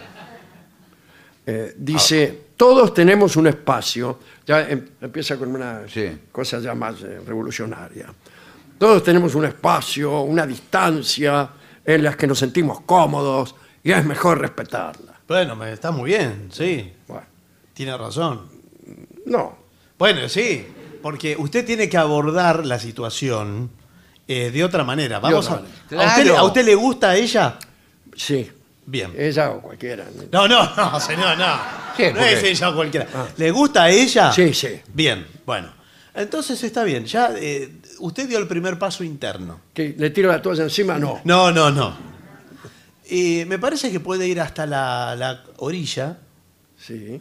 Eh, dice, todos tenemos un espacio, ya em- empieza con una
Sí.
cosa ya más eh, revolucionaria, todos tenemos un espacio, una distancia en las que nos sentimos cómodos y es mejor respetarla.
bueno, me- está muy bien, sí.
Bueno,
Tiene razón.
no,
Bueno, sí, porque usted tiene que abordar la situación eh, de otra manera. Vamos
otra
a,
manera.
¿a usted, le-
Claro.
¿A usted le gusta a ella?
sí,
Bien.
ella o cualquiera.
No, no, [laughs] no, señor, no.
Sí,
no
porque-
es ella o cualquiera. ¿Le gusta a ella?
Ah. Sí, sí.
Bien, bueno. Entonces está bien, ya eh, usted dio el primer paso interno.
Que le tiro la toalla encima, no.
[laughs] No, no, no. Eh, me parece que puede ir hasta la, la orilla
Sí.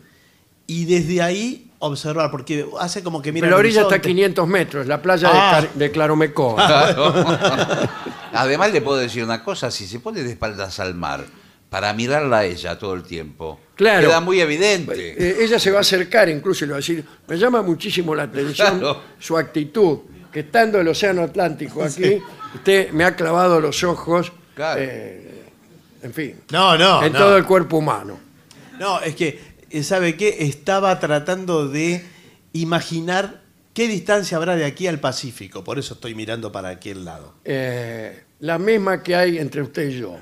y desde ahí observar, porque hace como que mira.
Pero la
el
orilla está a
horizonte.
500 metros, la playa de
Ah.
Car- de, Claromecó. [laughs]
Además, le puedo decir una cosa: si se pone de espaldas al mar para mirarla a ella todo el tiempo,
Claro.
queda muy evidente.
Eh, ella se va a acercar incluso y le va a decir, me llama muchísimo la atención
Claro.
su actitud, que estando el Océano Atlántico
[laughs]
aquí, usted me ha clavado los ojos,
Claro.
eh, en fin,
No, no.
en
no.
todo el cuerpo humano.
No, es que, eh, ¿sabe qué? Estaba tratando de imaginar qué distancia habrá de aquí al Pacífico. Por eso estoy mirando para aquel
[laughs]
lado.
Eh, la misma que hay entre usted y yo.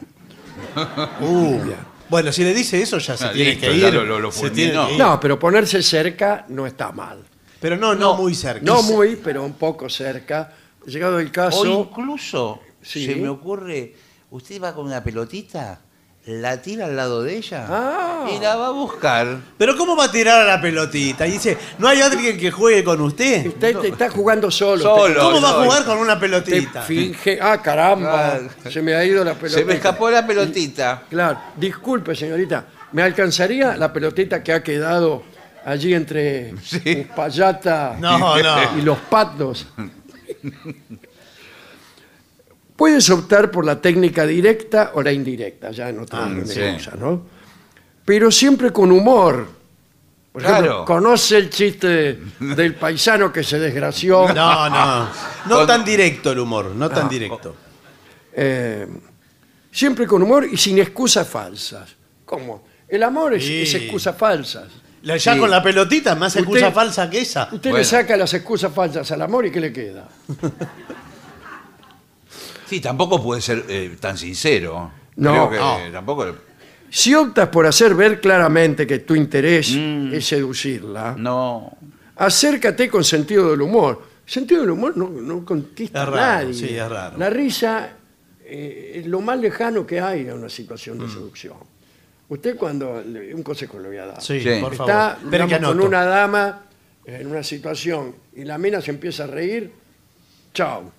Bueno, si le dice eso Uh, ya se
Ah,
tiene
listo,
que
ya
ir.
lo- lo- lo
se tiene
fulminó.
que ir.
No, pero ponerse cerca no está mal.
Pero no, no, muy cerca.
No
Y se-
muy, pero un poco cerca. Llegado el
O
caso,
incluso,
Sí.
se me ocurre, usted va con una pelotita, la tira al lado de ella
Ah.
y la va a buscar.
Pero ¿cómo va a tirar a la pelotita? Y dice, ¿no hay alguien que juegue con usted?
usted está jugando solo.
Solo.
¿Cómo va a
no,
jugar con una
Usted- usted
pelotita?
finge, ah, caramba,
Ah.
se me ha ido la pelota.
Se me escapó la pelotita.
Claro, disculpe señorita, ¿me alcanzaría la pelotita que ha quedado allí entre Uspallata
No, no.
y los patos? Puedes optar por la técnica directa o la indirecta, ya no te
Ah,
digo
sí.
ninguna cosa, ¿no? Pero siempre con humor. Por ejemplo,
Claro.
conoce el chiste del paisano que se desgració.
No,
[laughs]
no. No
Con-
tan directo el humor, no tan directo.
Eh, siempre con humor y sin excusas falsas. ¿Cómo? El amor es,
Sí.
es excusas falsas.
La- Ya
Sí.
con la pelotita, más
Usted-
excusa falsa que esa.
Usted le
Bueno.
saca las excusas falsas al amor y ¿qué le queda?
Sí, tampoco puede ser eh, tan sincero.
No,
Creo que
no.
eh, tampoco.
Si optas por hacer ver claramente que tu interés es seducirla,
Mm. No.
acércate con sentido del humor. Sentido del humor no, no conquista
Es raro,
a nadie.
sí, es raro.
La risa eh, es lo más lejano que hay a una situación
Mm.
de seducción. Usted cuando... le- Un consejo le voy a dar.
Sí,
Sí.
por favor.
está
Espere que
digamos, con
anoto.
una dama en una situación y la mina se empieza a reír,
[laughs]
chao.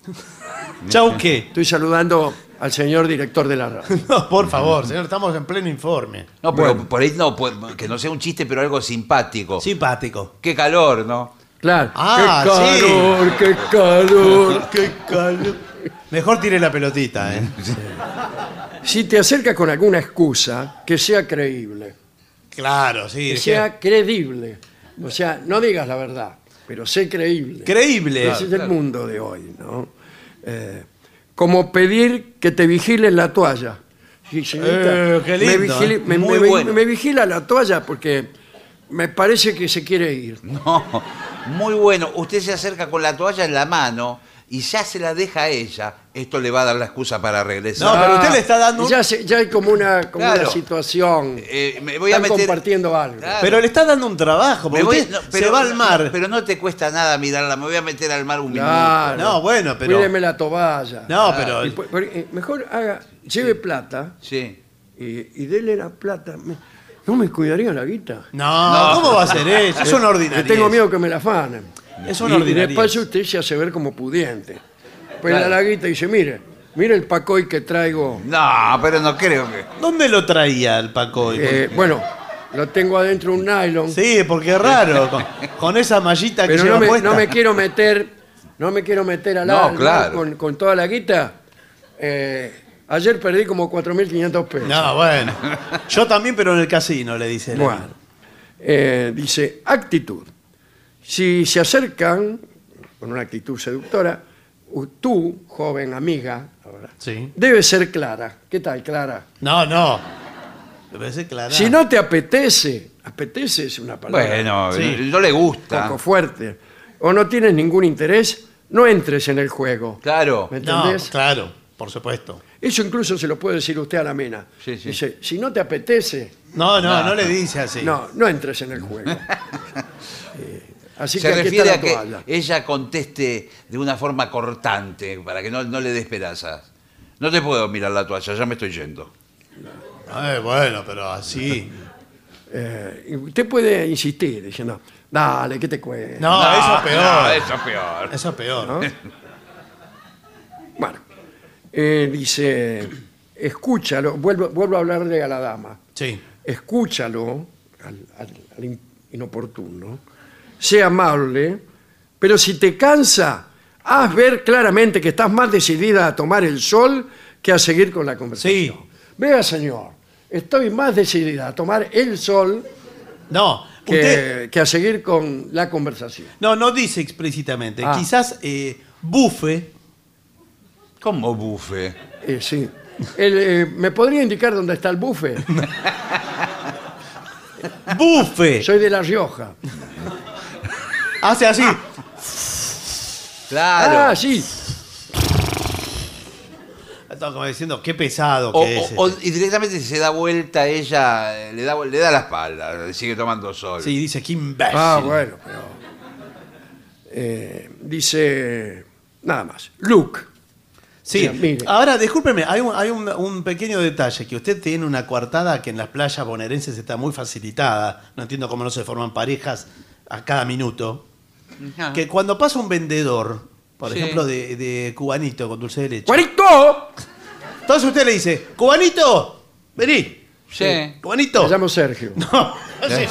Chau, ¿qué?
Estoy saludando al señor director de la radio.
No, [laughs] por favor, señor, estamos en pleno informe.
No, pero por ahí no, pu- que no sea un chiste, pero algo simpático.
Simpático.
Qué calor, ¿no?
Claro.
Ah,
qué
sí.
calor, qué calor.
[laughs] Qué calor. Mejor tire la pelotita, ¿eh?
[laughs] Si te acercas con alguna excusa, que sea creíble,
Claro, sí.
que
que-
sea credible. O sea, no digas la verdad, pero sé creíble.
Creíble.
Ese es el mundo de hoy, ¿no? Eh, como pedir que te vigilen la toalla. Sí, señorita,
Eh, qué
me,
lindo,
vigile-
eh.
me-
Muy
me-
bueno.
me vigila la toalla porque Eh, me parece que se quiere ir.
[laughs] No. Muy bueno. Usted se acerca con la toalla en la mano y ya se la deja a ella. Esto le va a dar la excusa para regresar.
No, pero usted le está dando un-
Ya, se- ya hay como una, como
Claro.
una situación.
Eh, me voy a
Están
meter-
compartiendo algo.
Claro.
Pero le está dando un trabajo,
Me
porque
voy-
usted
no,
se va al
no,
mar.
pero no te cuesta nada mirarla. Me voy a meter al mar un
Claro.
No, bueno, pero-
Míreme la toalla.
no, pero.
Y pu- pero, eh, mejor haga, lleve plata
minuto. Sí.
Eh, y, y dele la plata. Me- no me cuidaría la guita. Eh,
No,
No.
¿cómo va a ser
[laughs]
eso? Es una
Le
ordinaria.
tengo miedo que me la afanen.
Es
y,
una
y
ordinaria.
de paso usted se hace ver como pudiente. Pero la guita y dice, mire, mire el pacoy que traigo.
No, pero no creo que.
¿Dónde lo traía el Paco?
Eh, bueno, lo tengo adentro un nylon.
sí, porque
[laughs]
es raro. Con, con esa mallita que
Pero
lleva
no me,
puesta.
no me quiero meter, no me quiero meter al
No,
alma
claro.
con, con toda la guita. Eh, Ayer perdí como 4.500 pesos.
No, bueno. Yo también, pero en el casino, le dice. el
Bueno,
amigo.
eh, dice, actitud. Si se acercan con una actitud seductora, u- tú, joven amiga, ahora,
Sí.
debe ser clara. ¿Qué tal, Clara?
No, no. Me parece clara.
Si no te apetece, apetece es una palabra
Bueno,
Sí.
no le
un
gusta.
poco fuerte, o no tienes ningún interés, no entres en el juego.
Claro.
¿Me
No,
entendés?
claro, por supuesto.
Eso incluso se lo puede decir usted a la mena.
Sí, sí.
Dice, si no te apetece,
No, no, no, le dice así.
no, no entres en el
[laughs]
juego. Eh, así
Se
que aquí está
refiere
la
a que
toalla.
ella conteste de una forma cortante para que no, no le dé esperanzas. No te puedo mirar la toalla, ya me estoy yendo.
Eh, bueno, pero así.
[laughs] Eh, y usted puede insistir diciendo, dale, ¿qué te cuesta?
No, eso es
no,
peor.
eso es peor.
eso es peor.
¿no? [laughs] Bueno, eh, dice, escúchalo, vuelvo, vuelvo a hablarle a la dama,
Sí.
escúchalo al, al- al in- inoportuno, sea amable, pero si te cansa, haz ver claramente que estás más decidida a tomar el sol que a seguir con la conversación.
Sí.
Vea, señor, estoy más decidida a tomar el sol
No,
que,
usted.
que a seguir con la conversación.
No, no dice explícitamente.
Ah.
Quizás eh, bufe.
¿Cómo bufe?
Eh, sí. El, eh, ¿Me podría indicar dónde está el buffet?
[laughs] ¡Bufe!
Soy de La Rioja.
Hace así.
Claro.
Ah, sí.
Estaba como diciendo, qué pesado que
O-
es.
o- o-
este.
y directamente se da vuelta ella, eh, le da, le da la espalda, sigue tomando sol.
Sí,
[laughs]
dice, qué imbécil.
Ah, bueno, pero. eh, dice. Nada más. Luke.
Sí,
Mira, mire.
ahora discúlpeme, hay, un, hay un, un pequeño detalle, que usted tiene una coartada que en las playas bonaerenses está muy facilitada, no entiendo cómo no se forman parejas a cada minuto, que cuando pasa un vendedor, por
Sí.
ejemplo, de, de cubanito con dulce de leche,
¡Juanito!
entonces usted le dice, cubanito, vení, Eh,
Sí.
cubanito.
Me llamo Sergio.
[laughs] Sí.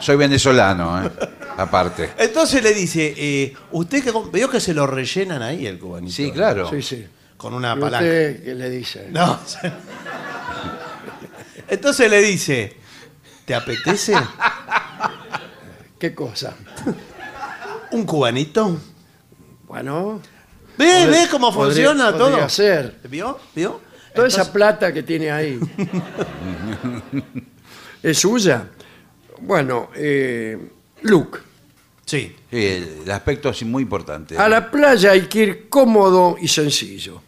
Soy venezolano, eh, aparte.
Entonces le dice, eh, usted que com- vio que se lo rellenan ahí el cubanito.
Sí, claro.
Sí, sí.
Con una
¿Y
palanca.
usted qué le dice?
No. [laughs] Entonces le dice, ¿te apetece
¿Qué cosa?
un cubanito?
Bueno.
¿Ves,
podría-
ves cómo
podría-
funciona
podría
todo?
ser.
¿Vio? ¿Vio?
Toda
Entonces-
esa plata que tiene
[laughs]
ahí. ¿Es suya? Bueno, eh, Luke.
Sí.
Sí, el, el aspecto es muy importante.
A la playa hay que ir cómodo y sencillo.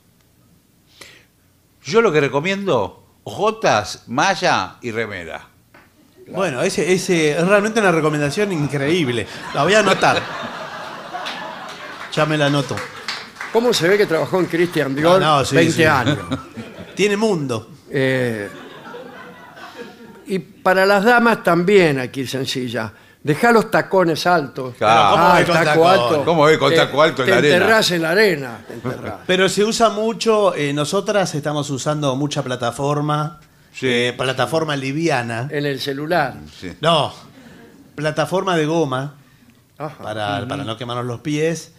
Yo lo que recomiendo, jotas, malla y remera.
Bueno, ese, ese es realmente una recomendación increíble. La voy a anotar. Ya me la anoto.
¿Cómo se ve que trabajó en Christian Dior
Ah, no, sí,
20
sí.
años?
Tiene mundo.
Eh, y para las damas también aquí sencilla. Deja los tacones altos. Ah,
Claro, ¿cómo
voy con tacón?
¿Cómo voy con taco alto en
te
la arena?
enterrás en la arena. te enterrás.
Pero se usa mucho, eh, nosotras estamos usando mucha plataforma,
Sí.
eh, plataforma liviana.
en el celular.
Sí.
No, plataforma de goma.
Ajá.
para, para no quemarnos los pies.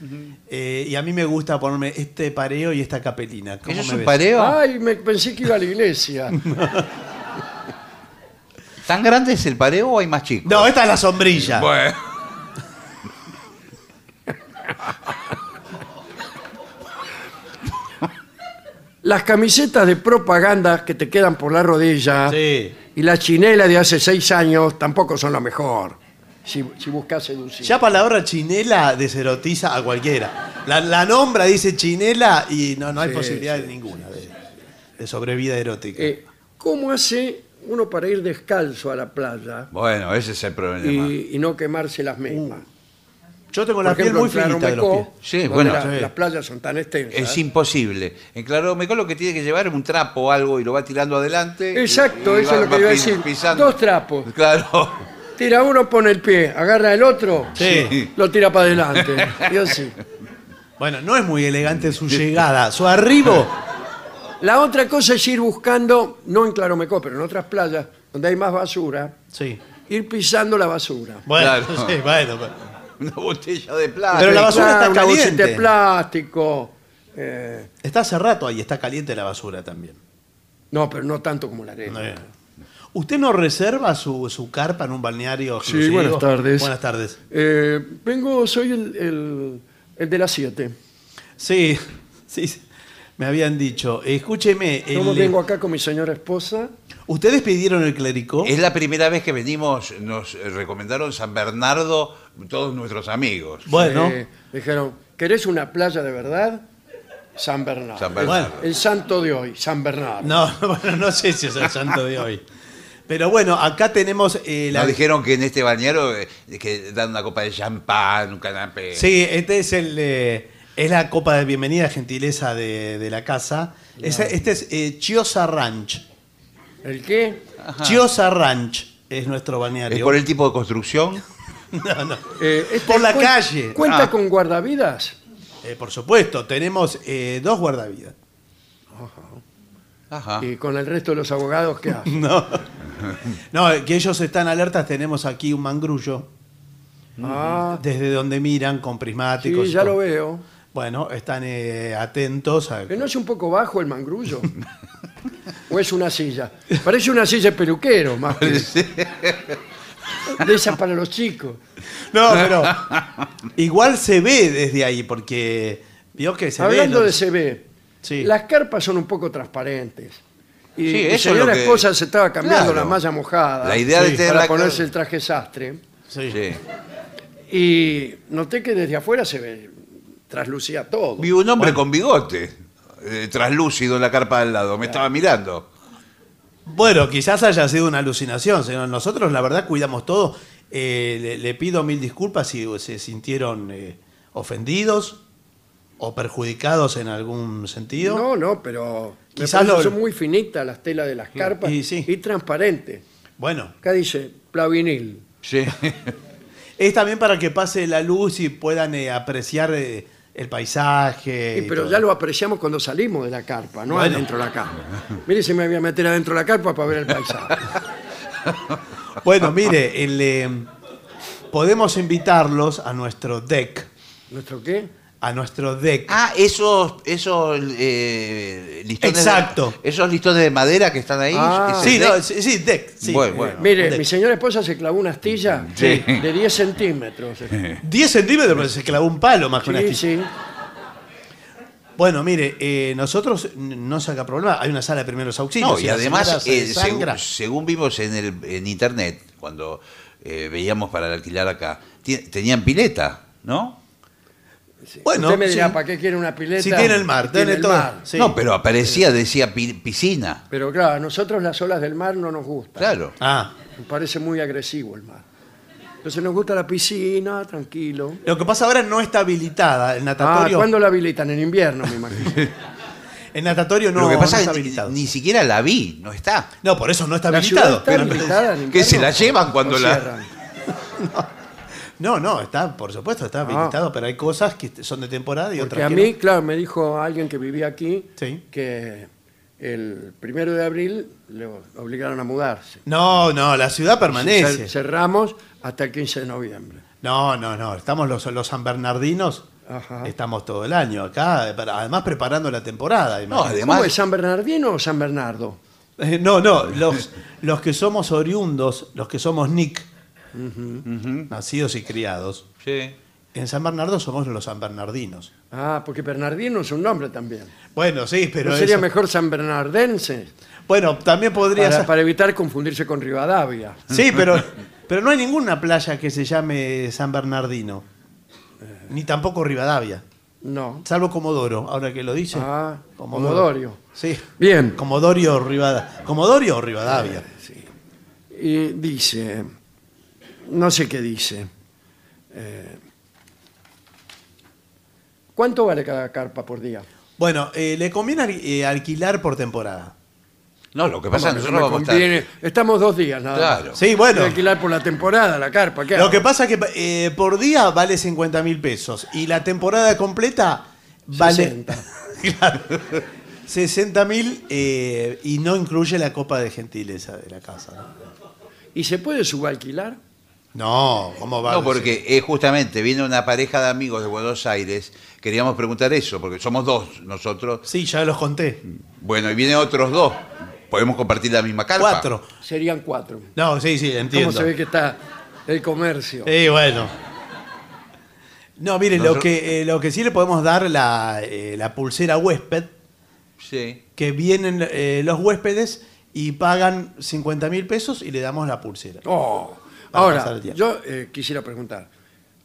Eh, y a mí me gusta ponerme este pareo y esta capelina. ¿Cómo
¿Eso es
me
un
ves? Ah,
pareo?
Ay, me pensé que iba a la iglesia. [laughs]
¿Tan grande es el pareo o hay más chicos?
No, esta es la sombrilla.
Bueno.
Las camisetas de propaganda que te quedan por la rodilla
Sí.
y la chinela de hace seis años tampoco son lo mejor. Si, si buscas seducir.
Ya palabra chinela deserotiza a cualquiera. La, la nombra dice chinela y no, no hay
Sí,
posibilidad
sí,
de ninguna de, de sobrevida erótica.
Eh, ¿Cómo hace uno para ir descalzo a la playa
Bueno, ese es el problema.
y, y no quemarse las mismas?
Uh. Yo tengo
Por
la
ejemplo,
piel muy
en Claromecó,
finita de los pies.
Sí,
donde
bueno,
la-
sí.
las playas son tan extensas.
Es imposible. En Claromecó lo que tiene que llevar es un trapo o algo y lo va tirando adelante.
Exacto,
y- y
eso
va-
es lo que
va
iba a
pi-
decir.
pisando.
Dos trapos.
Claro.
Tira uno, pone el pie, agarra el otro,
Sí.
lo tira para
[laughs]
adelante. Y así.
Bueno, no es muy elegante su llegada. Su arribo.
La otra cosa es ir buscando, no en Claromecó, pero en otras playas donde hay más basura,
Sí.
ir pisando la basura.
Bueno, [laughs]
Claro.
sí, bueno. pues.
[laughs] Una botella de plata.
Pero la basura está
Claro, una bolsita
caliente.
de plástico, eh,
Está hace rato ahí, está caliente la basura también.
no, pero no tanto como la arena.
Eh. ¿Usted no reserva su, su carpa en un balneario?
Sí,
exclusivo?
buenas tardes.
Buenas tardes.
Eh, vengo, soy el, el- el de las 7.
Sí, sí, sí, me habían dicho. Escúcheme, el-
Yo vengo acá con mi señora esposa.
¿ustedes pidieron el clericó?
Es la primera vez que venimos, nos eh, recomendaron San Bernardo todos nuestros amigos.
Bueno,
Eh, dijeron, ¿querés una playa de verdad? San Bernardo.
San Bernardo.
El, el santo de hoy, San Bernardo.
no, [laughs] bueno, no sé si es el santo de hoy. Pero bueno, acá tenemos eh, la...
Nos dijeron que en este bañero eh, que dan una copa de champán, un canapé.
Sí, este es el eh, es la copa de bienvenida gentileza de, de la casa. Esa- este es eh, Chiosa Ranch. Ah.
¿El qué?
Chiosa Ranch es nuestro balneario.
¿Es por el tipo de construcción?
[laughs] No, no.
Eh, este
Por la
cuen-
calle.
¿Cuenta
Ah.
con guardavidas?
Eh, por supuesto, tenemos eh, dos guardavidas.
Ajá.
Y con el resto de los abogados, ¿qué hacen?
[laughs] No. no, eh, que ellos están alertas, tenemos aquí un mangrullo
ah,
desde donde miran con
sí,
prismáticos. y
ya
todo.
lo veo.
Bueno, están eh, atentos a-
¿Pero no es un poco bajo el mangrullo? ¿O es una silla? Parece una silla de peluquero, más que... De esas para los chicos.
No, pero igual se ve desde ahí porque vio que se
Hablando
ve.
de CB,
Sí.
las carpas son un poco transparentes. Y
Sí,
mi
eso es
señora
lo que-
esposa se estaba cambiando
Claro.
la malla mojada
La idea de
Sí,
tener
para
la-
ponerse el traje sastre.
Sí.
Sí.
Y noté que desde afuera se ve, traslucía todo.
Vi un hombre con bigote, eh, traslúcido en la carpa al lado, me estaba mirando.
Bueno, quizás haya sido una alucinación, señor. Nosotros, la verdad, cuidamos todo. Eh, le, le pido mil disculpas si se sintieron eh, ofendidos o perjudicados en algún sentido.
No, no, pero me
Quizás
parece que
lo-
son muy finitas las telas de las carpas
Y sí.
transparentes.
Bueno,
Acá dice plavinil.
Sí.
[laughs] es también para que pase la luz y puedan eh, apreciar eh, el paisaje.
Sí,
y
pero
todo.
ya lo apreciamos cuando salimos de la carpa, no
Bueno.
adentro de la carpa. Mire si me voy a meter adentro de la carpa para ver el paisaje.
[laughs] Bueno, mire, el, eh, podemos invitarlos a nuestro deck.
¿Nuestro qué?
A nuestro deck.
Ah, esos, esos eh, listones.
Exacto.
De, esos listones de madera que están ahí.
Ah.
ese
sí,
deck.
no, sí, sí, deck. sí.
Bueno, bueno.
Mire,
Deck.
mi señora esposa se clavó una astilla
Sí.
de 10 centímetros.
10 centímetros, pero se clavó un palo más que una
Sí,
astilla.
sí.
Bueno, mire, eh, nosotros n- no saca problema, hay una sala de primeros auxilios.
No,
Si
y
la señora
además,
se
eh,
sangra-
según, según vimos en, el, en internet, cuando eh, veíamos para alquilar acá, ti- tenían pileta, ¿no?
[laughs] Bueno,
Usted me dirá,
sí.
¿para qué quiere una pileta?
Si tiene el mar, tiene
el
todo.
mar.
Sí.
No, pero aparecía, decía pi- piscina.
Pero claro, a nosotros las olas del mar no nos gustan.
Claro.
Ah,
Nos parece muy agresivo el mar. Entonces nos gusta la piscina, tranquilo.
lo que pasa ahora no está habilitada, el
Ah,
natatorio.
¿cuándo la habilitan? En invierno, me imagino.
[laughs] el natatorio no,
Lo que
no
pasa
está
es que
habilitado.
ni, ni siquiera la vi, no está.
No, por eso no está
¿La ciudad
habilitado.
está habilitada en invierno?
Que se la llevan cuando
¿O
la-
cierran?
No, no, está, por supuesto, está habilitado, pero hay cosas que son de temporada y
Ah. Porque
otras
a
que
mí,
no.
claro, me dijo alguien que vivía aquí
Sí.
que el primero de abril le obligaron a mudarse.
No, no, la ciudad
Cer-
permanece.
Cerramos hasta el 15 de noviembre.
No, no, no, estamos los, los San Bernardinos,
Ajá.
estamos todo el año acá, para- además preparando la temporada.
No,
imagínate.
además.
¿Cómo es San Bernardino o San Bernardo?
Eh, No, no, los, los que somos oriundos, los que somos Nick, nacidos y criados,
Sí.
en San Bernardo somos los San Bernardinos.
Ah, porque Bernardino es un nombre también.
Bueno, sí, pero
¿No sería
eso-
mejor San Bernardense?
Bueno, también podría
Para,
ser...
para evitar confundirse con Rivadavia. [laughs]
Sí, pero, pero no hay ninguna playa que se llame San Bernardino, ni tampoco Rivadavia,
Eh. No.
salvo Comodoro, ahora que lo dice.
Ah, Comodorio.
Sí.
Bien. Eh,
Comodorio, Rivadavia. Comodorio o Rivadavia.
Y dice, no sé qué dice. Eh, ¿Cuánto vale cada carpa por día?
Bueno, eh, le conviene al- eh, alquilar por temporada.
No, lo que pasa es que nosotros
Me
vamos a estar.
conviene- Estamos dos días nada más.
Claro.
Sí,
Voy a
bueno.
alquilar por la temporada la carpa. ¿qué
Lo
hago?
que pasa es que eh, por día vale 50 mil pesos y la temporada completa vale [laughs]
60.
60 mil eh, y no incluye la copa de gentileza de la casa. ¿no?
¿Y se puede subalquilar?
No, No, ¿cómo va? a
No,
decir?
porque eh, justamente viene una pareja de amigos de Buenos Aires. Queríamos preguntar eso, porque somos dos nosotros.
Sí, ya los conté.
Bueno, y vienen otros dos. Podemos compartir la misma carpa.
Cuatro.
Serían cuatro. ¿Cómo
No, sí, sí, entiendo.
se ve que está el comercio?
Sí, bueno. No, mire, lo
Nosotros-
que, eh, lo que sí le podemos dar la, eh, la pulsera huésped,
Sí.
que vienen eh, los huéspedes y pagan 50 mil pesos y le damos la pulsera.
Oh.
Para pasar
Ahora,
el tiempo.
yo eh, quisiera preguntar,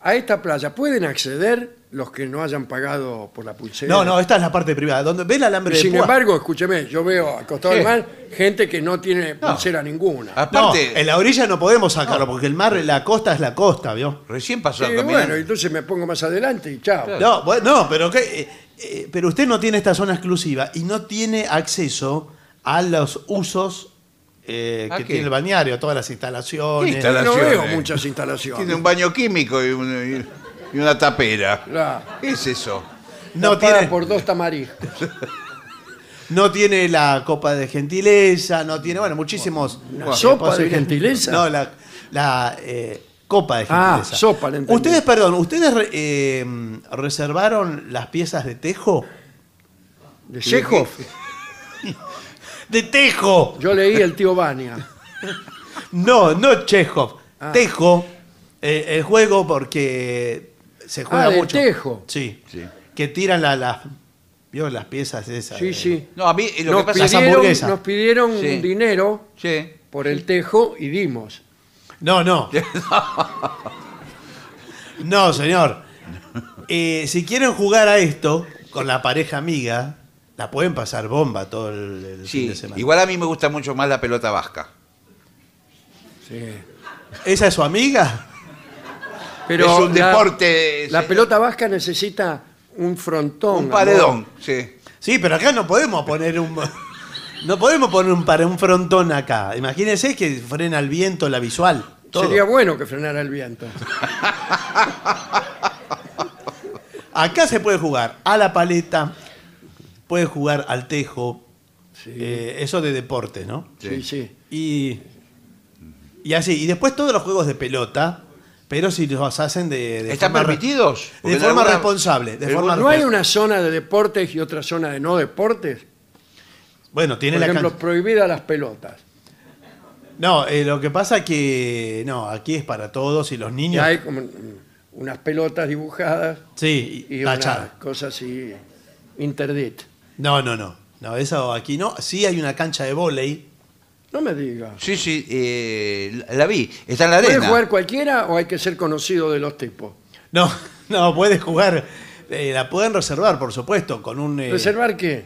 ¿a esta playa pueden acceder los que no hayan pagado por la pulsera?
No, no, esta es la parte privada. Donde ve el alambre
Y
de
sin
púa?
embargo, escúcheme, yo veo al costado
Sí.
del mar gente que no tiene pulsera ninguna.
No,
Aparte,
en la orilla no podemos sacarlo, porque el mar, la costa es la costa, ¿vio?
recién pasó
Sí,
caminando.
bueno, entonces me pongo más adelante y chao.
No, bueno, no, pero que, eh, eh, pero usted no tiene esta zona exclusiva y no tiene acceso a los usos eh,
¿A
que
qué?
tiene el balneario, a todas las instalaciones.
¿Qué instala-
No veo
instalaciones.
muchas instalaciones.
Tiene un baño químico y, un- y una tapera.
La-
¿Qué es eso?
no,
tapada
tiene,
por dos tamariscos.
[laughs] no tiene la copa de gentileza, no tiene, bueno, muchísimos. eh,
sopa de
posibilidades.
gentileza?
No, la, la, eh, copa de
Ah,
gentileza.
sopa, le entendí.
Ustedes, perdón, ¿ustedes re- eh, reservaron las piezas de tejo?
De Chekhov,
[laughs] ¡De tejo!
yo leí el tío Bania. Ah.
No, no Chekhov. Tejo, eh, el juego porque se juega
Ah, de
mucho.
tejo.
Sí.
Sí.
Que tiran la, la- ¿vio? las piezas esas.
Sí,
eh.
sí.
No, a mí eh, lo
Nos
que pasa es
pide-
pidieron,
hamburguesas.
nos pidieron
Sí.
dinero
Sí.
por el tejo y
[laughs]
dimos.
No, no. no, señor. Eh, si quieren jugar a esto con la pareja amiga, la pueden pasar bomba todo el, el fin
Sí,
de semana.
igual a mí me gusta mucho más la pelota vasca.
¿Esa es su amiga?
Pero
es un
la-
deporte.
La
sí,
pelota vasca necesita un frontón.
Un
amor.
paredón, sí.
Sí, pero acá no podemos poner un. No podemos poner un, para un frontón acá. Imagínense que frena el viento, la visual. todo.
Sería bueno que frenara el viento.
Acá se puede jugar a la paleta, puede jugar al tejo, eh, eso de deporte, ¿no?
Sí, sí.
Y, y así. Y después todos los juegos de pelota, pero si los hacen de. de
¿Están
forma re-
permitidos? Porque
De
en
forma
alguna-
responsable. de
en
forma
¿No hay
respons-
una zona de deportes y otra zona de no deportes?
Bueno, tiene
Por
la
ejemplo,
cancha.
prohibida las pelotas.
No, eh, lo que pasa que. No, aquí es para todos y los
Y
niños.
hay como unas pelotas dibujadas
sí,
y
tachadas.
una cosa así interdit.
No, no, no. No, eso aquí no. Sí hay una cancha de vóley.
No me diga.
Sí, sí, eh, la la vi. Está en la
¿Puede
arena.
jugar cualquiera o hay que ser conocido de los tipos?
No, [laughs] no, puedes jugar. eh, la pueden reservar, por supuesto, con un... eh,
¿Reservar qué?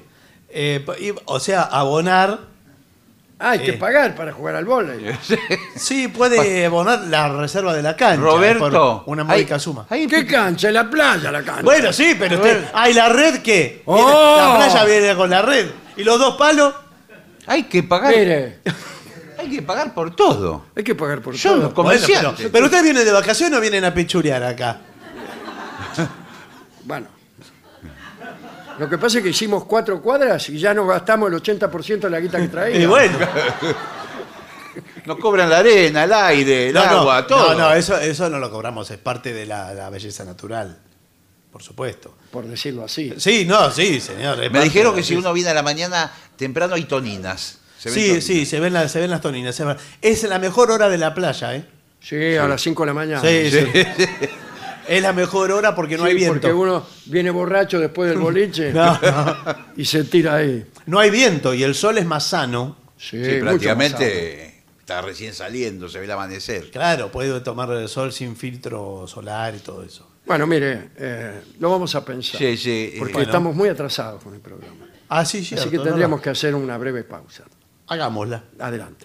eh, pa- y- o sea, abonar.
Ah, hay que
Eh.
pagar para jugar al
[laughs]
vóley.
Sí, puede abonar la reserva de la cancha. eh,
Roberto.
por una módica
hay-
suma.
hay-
¿Qué cancha? En la playa la cancha.
Bueno, sí, pero usted... ¡Ay, la red qué! Viene-
¡Oh!
La playa viene con la red. ¿Y los dos palos?
hay que pagar.
Mire,
Hay que pagar por todo.
hay que pagar por
Yo
todo.
no Comerciante.
Bueno, pero,
[laughs]
pero ustedes vienen de vacaciones o vienen a pechurear acá.
Bueno. Lo que pasa es que hicimos cuatro cuadras y ya nos gastamos el 80% de la guita
[laughs]
que traía.
Y bueno,
Nos cobran la arena, el aire, el
no, no,
agua,
no,
todo.
no, eso, eso no lo cobramos, es parte de la- la belleza natural, por supuesto.
Por decirlo así.
Sí, no, sí, señor. es
Me
parte
dijeron
de
que
la
si
fiesta.
uno viene a la mañana temprano hay toninas. Se ven
Sí,
toninas.
sí, se ven, las, se ven las toninas. es verdad. Es la mejor hora de la playa, ¿eh?
Sí, a las 5 de la mañana.
Sí, sí. [laughs] Es la mejor hora porque no hay
Sí, Porque
viento.
uno viene borracho después del boliche
[laughs] No, no.
[laughs] y se tira ahí.
No hay viento y el sol es más sano.
Sí,
Sí,
mucho más
prácticamente está recién saliendo, se ve el amanecer.
Claro, pues. puedo tomar el sol sin filtro solar y todo eso.
sano. Bueno, mire, eh, lo vamos a pensar.
Sí, sí, eh,
Porque
bueno.
estamos muy atrasados con el programa.
Ah, sí, sí.
Así que tendríamos que hacer una breve pausa.
Hagámosla.
Adelante.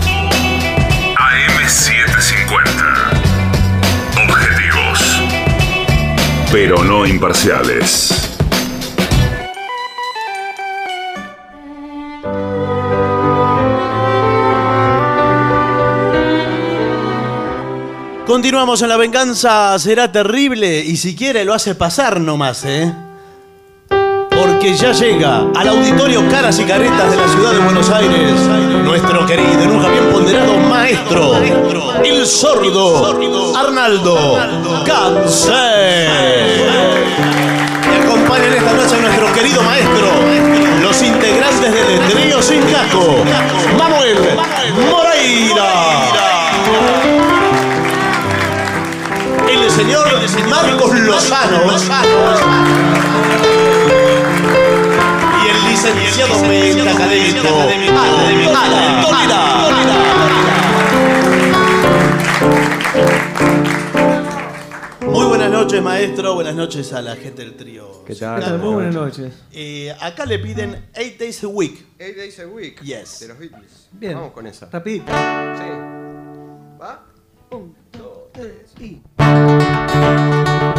AM750. Objetivos. Pero no imparciales.
Continuamos en La Venganza Será Terrible y si quiere lo hace pasar nomás, ¿eh? Porque ya llega al auditorio Caras y Caretas de la ciudad de Buenos Aires nuestro querido y nunca bien ponderado maestro, el sordo Arnaldo Cancel. Y acompañan esta noche a nuestro querido maestro, los integrantes del Trío Sin Casco, Manuel Moreira el señor Marcos Lozano y el licenciado Pedro Académico Alan Tolida. Muy buenas noches, maestro. Buenas noches a la gente del trío.
¿Qué tal? Muy buenas noches.
Eh, acá le piden Eight Days a Week.
Eight Days a Week.
Yes.
De los Beatles.
Bien.
Vamos con esa.
Rapidito.
Sí. ¿Va?
Un, dos, tres y.
Oh,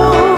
Oh,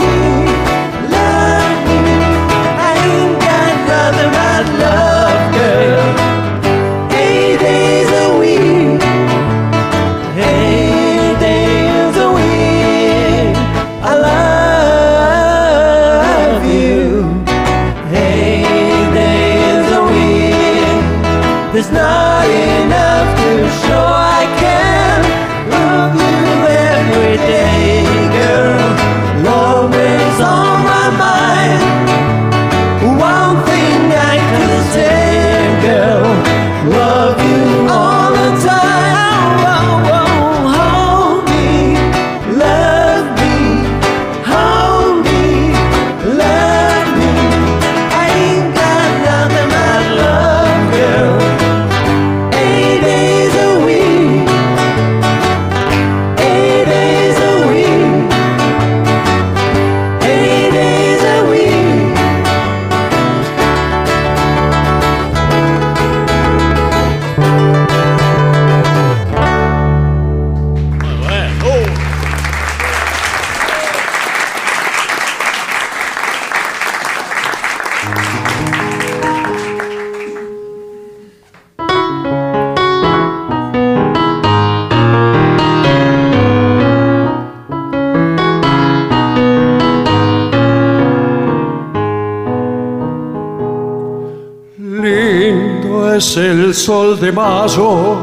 Lindo es el sol de mayo,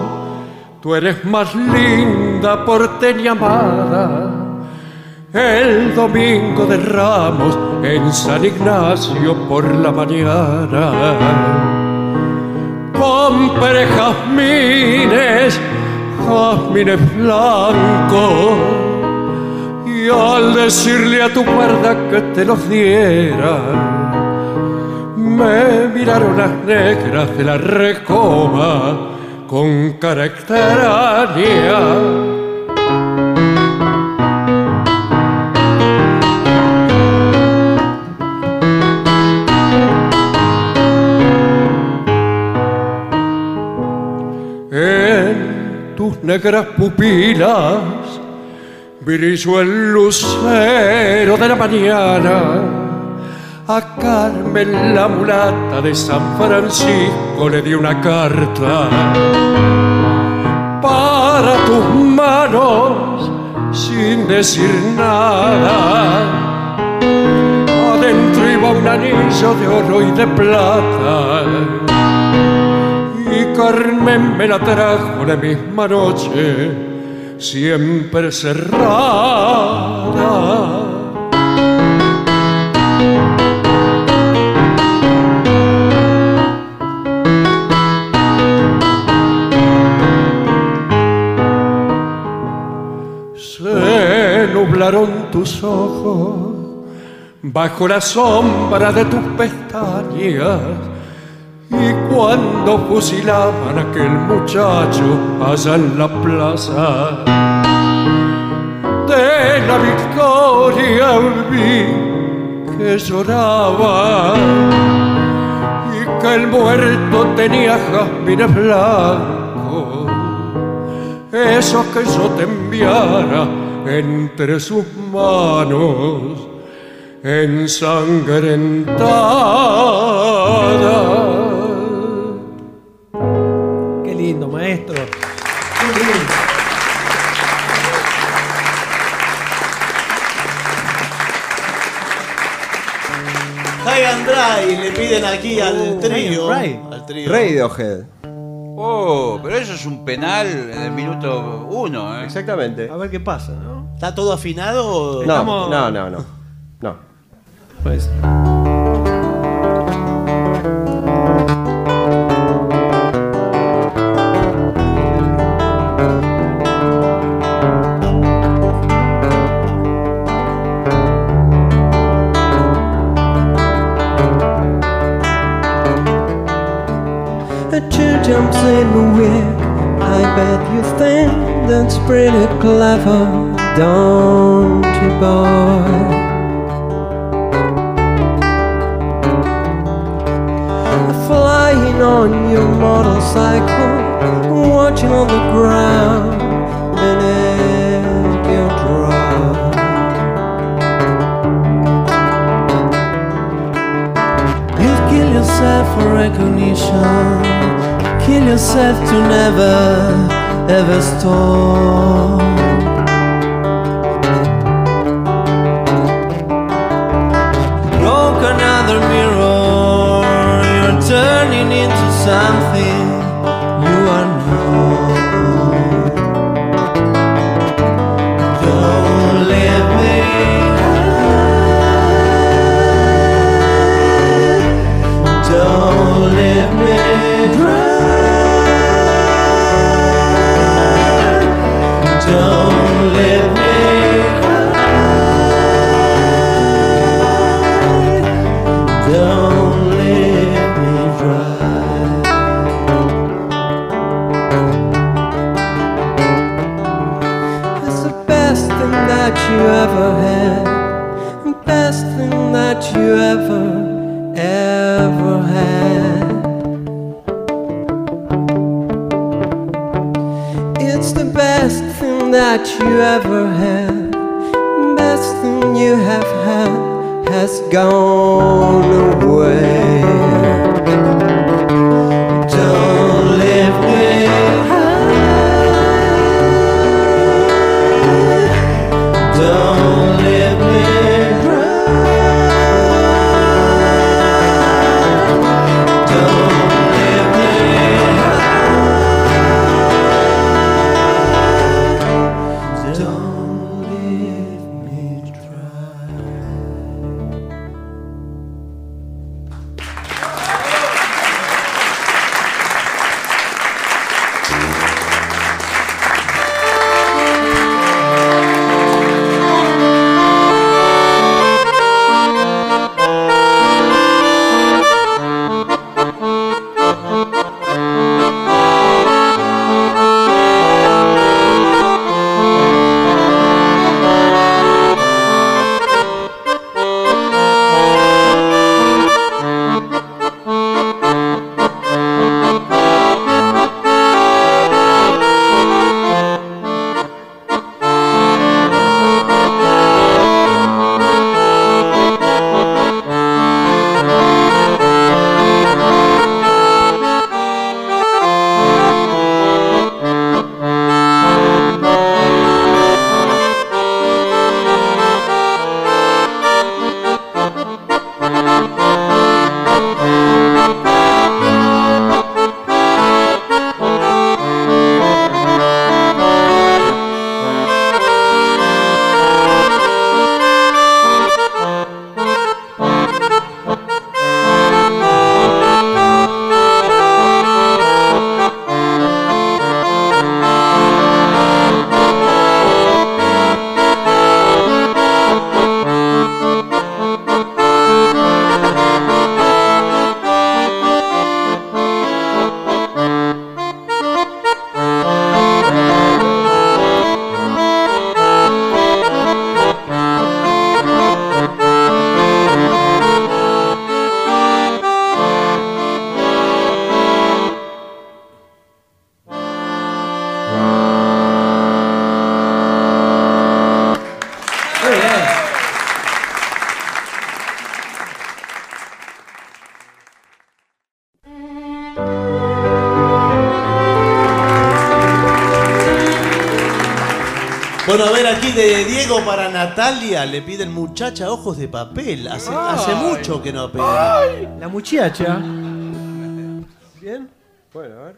tú eres más linda porteña amada. El domingo de Ramos en San Ignacio por la mañana. Compré jazmines, jazmines blancos, y al decirle a tu guarda que te los diera, me miraron las negras de la recoba con cara extraña. En tus negras pupilas brilló el lucero de la mañana. A Carmen la mulata de San Francisco le di una carta para tus manos
sin decir nada. Adentro iba un anillo de oro y de plata. Y Carmen me la trajo la misma noche, siempre cerrada. Se nublaron tus ojos bajo la sombra de tus pestañas. Y cuando fusilaban a aquel muchacho allá en la plaza de la victoria, vi que lloraba y que el muerto tenía jazmines blancos, esos que yo te enviara entre sus manos ensangrentada.
Qué lindo, maestro.
嗯
High and Dry le piden aquí
Oh,
al trío. Al trío.
Radiohead.
Oh, pero eso es un penal en el minuto uno, ¿eh?
Exactamente.
A ver qué pasa, ¿no?
¿Está todo afinado? o-
No, no, no, no. No.
Pues.
The two jumps in a week. I bet you think that's pretty clever, don't you, boy? Flying on your motorcycle, watching on the ground beneath your drop. You kill yourself for recognition. Kill yourself to never, ever stop. Broke another mirror. You're turning into something you are not. Don't let me. Don't let me drown. Don't let me cry. Don't let me drown. It's the best thing that you ever had. The best thing that you ever, ever had. It's the best thing that you ever had. Best thing you have had has gone away. Don't leave me high. Don't leave me dry. Don't leave me
Bueno, a ver aquí de Diego para Natalia le piden muchacha ojos de papel. Hace, hace mucho que no piden.
La muchacha.
¿Bien? Bueno, a ver.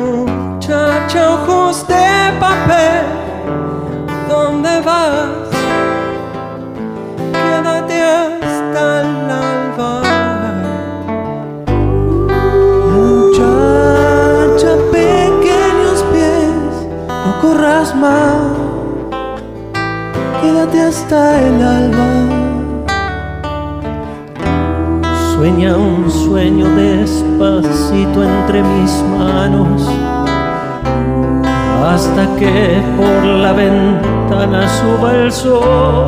Muchacha, ojos de papel, ¿dónde vas? Quédate hasta el alba. Muchacha, pequeños pies, no corras más. Quédate hasta el alba.
Sueña un sueño despacito entre mis manos. Hasta que por la ventana suba el sol.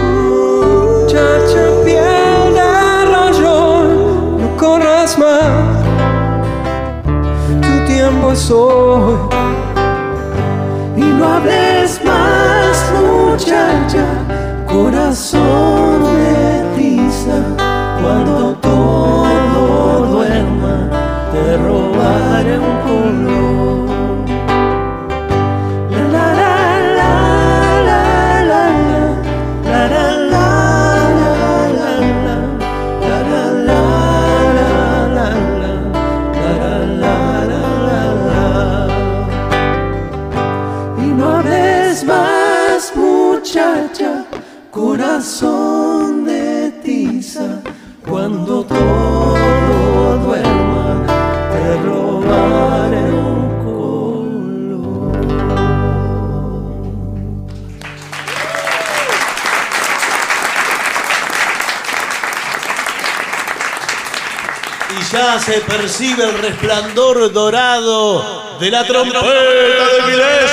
Muchacha piel de rayón, no corras más. Tu tiempo es hoy. Y no hables más, muchacha, corazón de tiza. Cuando todo duerma, te robaré un color. La, la, la, la, la, la, la. La la la la la la la la la la la la la la la Y no hables más muchacha, corazón de tiza, cuando todo duerma, te robaré un
Y ya se percibe el resplandor dorado de la trompeta de Milés.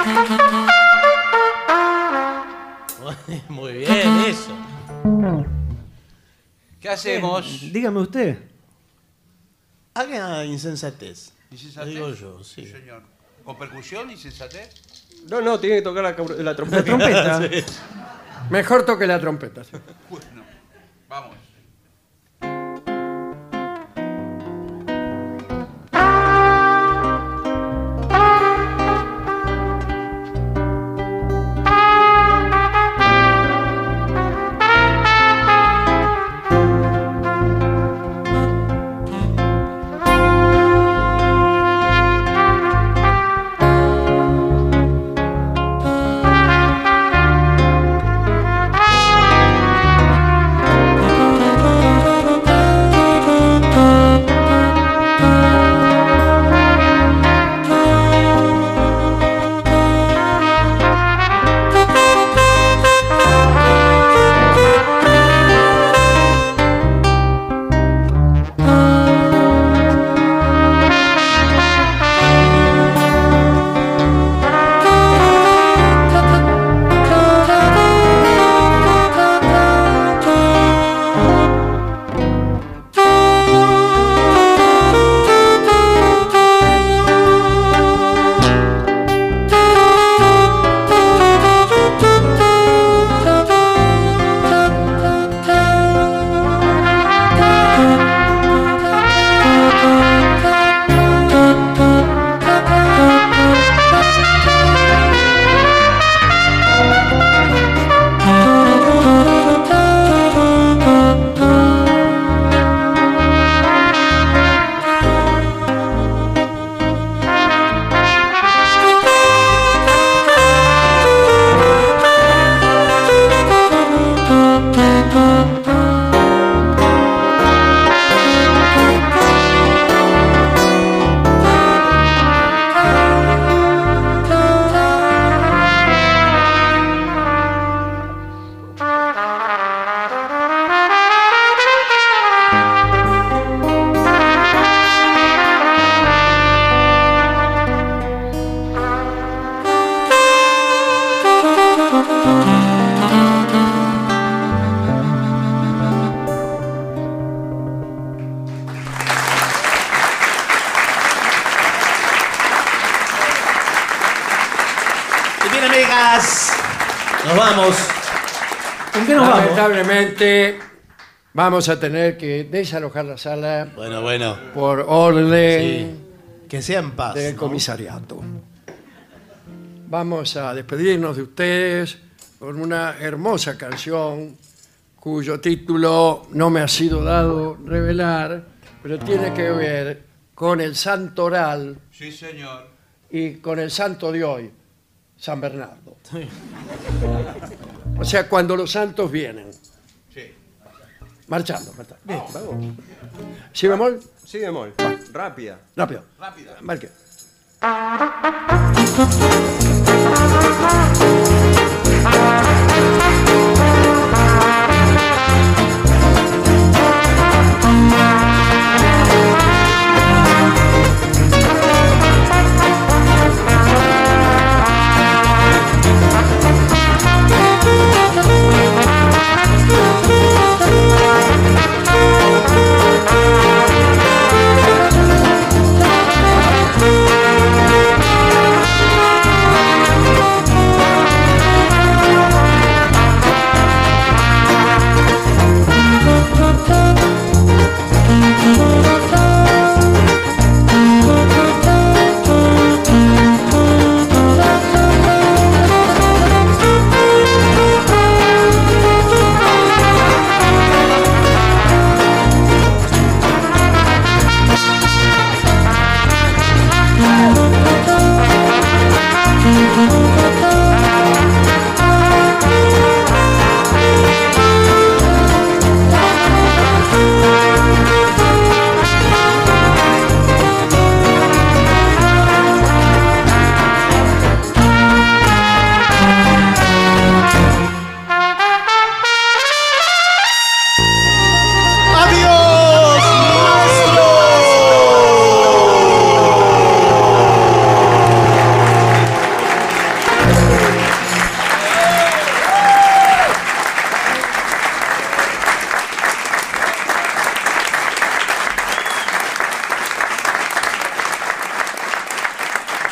[laughs] Muy bien, eso.
¿Qué hacemos?
Dígame usted.
Haga insensatez.
¿Insensatez?
Digo yo, sí.
señor. ¿Con percusión y sensatez?
No, no, tiene que tocar la, cabr- la trompeta.
trompeta. Mejor toque la trompeta. sí.
Vamos.
La
bien, amigas. Nos vamos. ¿Con qué nos vamos?
Lamentablemente vamos a tener que desalojar la sala
Bueno, bueno.
por orden
Que sea en paz.
del
¿no?
comisariato. Vamos a despedirnos de ustedes con una hermosa canción cuyo título no me ha sido dado revelar, pero tiene que ver con el santo oral
Sí, señor.
y con el santo de hoy, San Bernardo. O sea, cuando los santos vienen.
Sí.
Marchando, marchando. Bien, vamos. ¿Sí, mi amor?
Sí, bemol. Rápida.
Rápido.
Rápida.
Marque.
¡Adiós, maestro!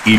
Y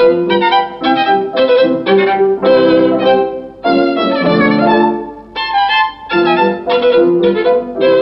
Thank you.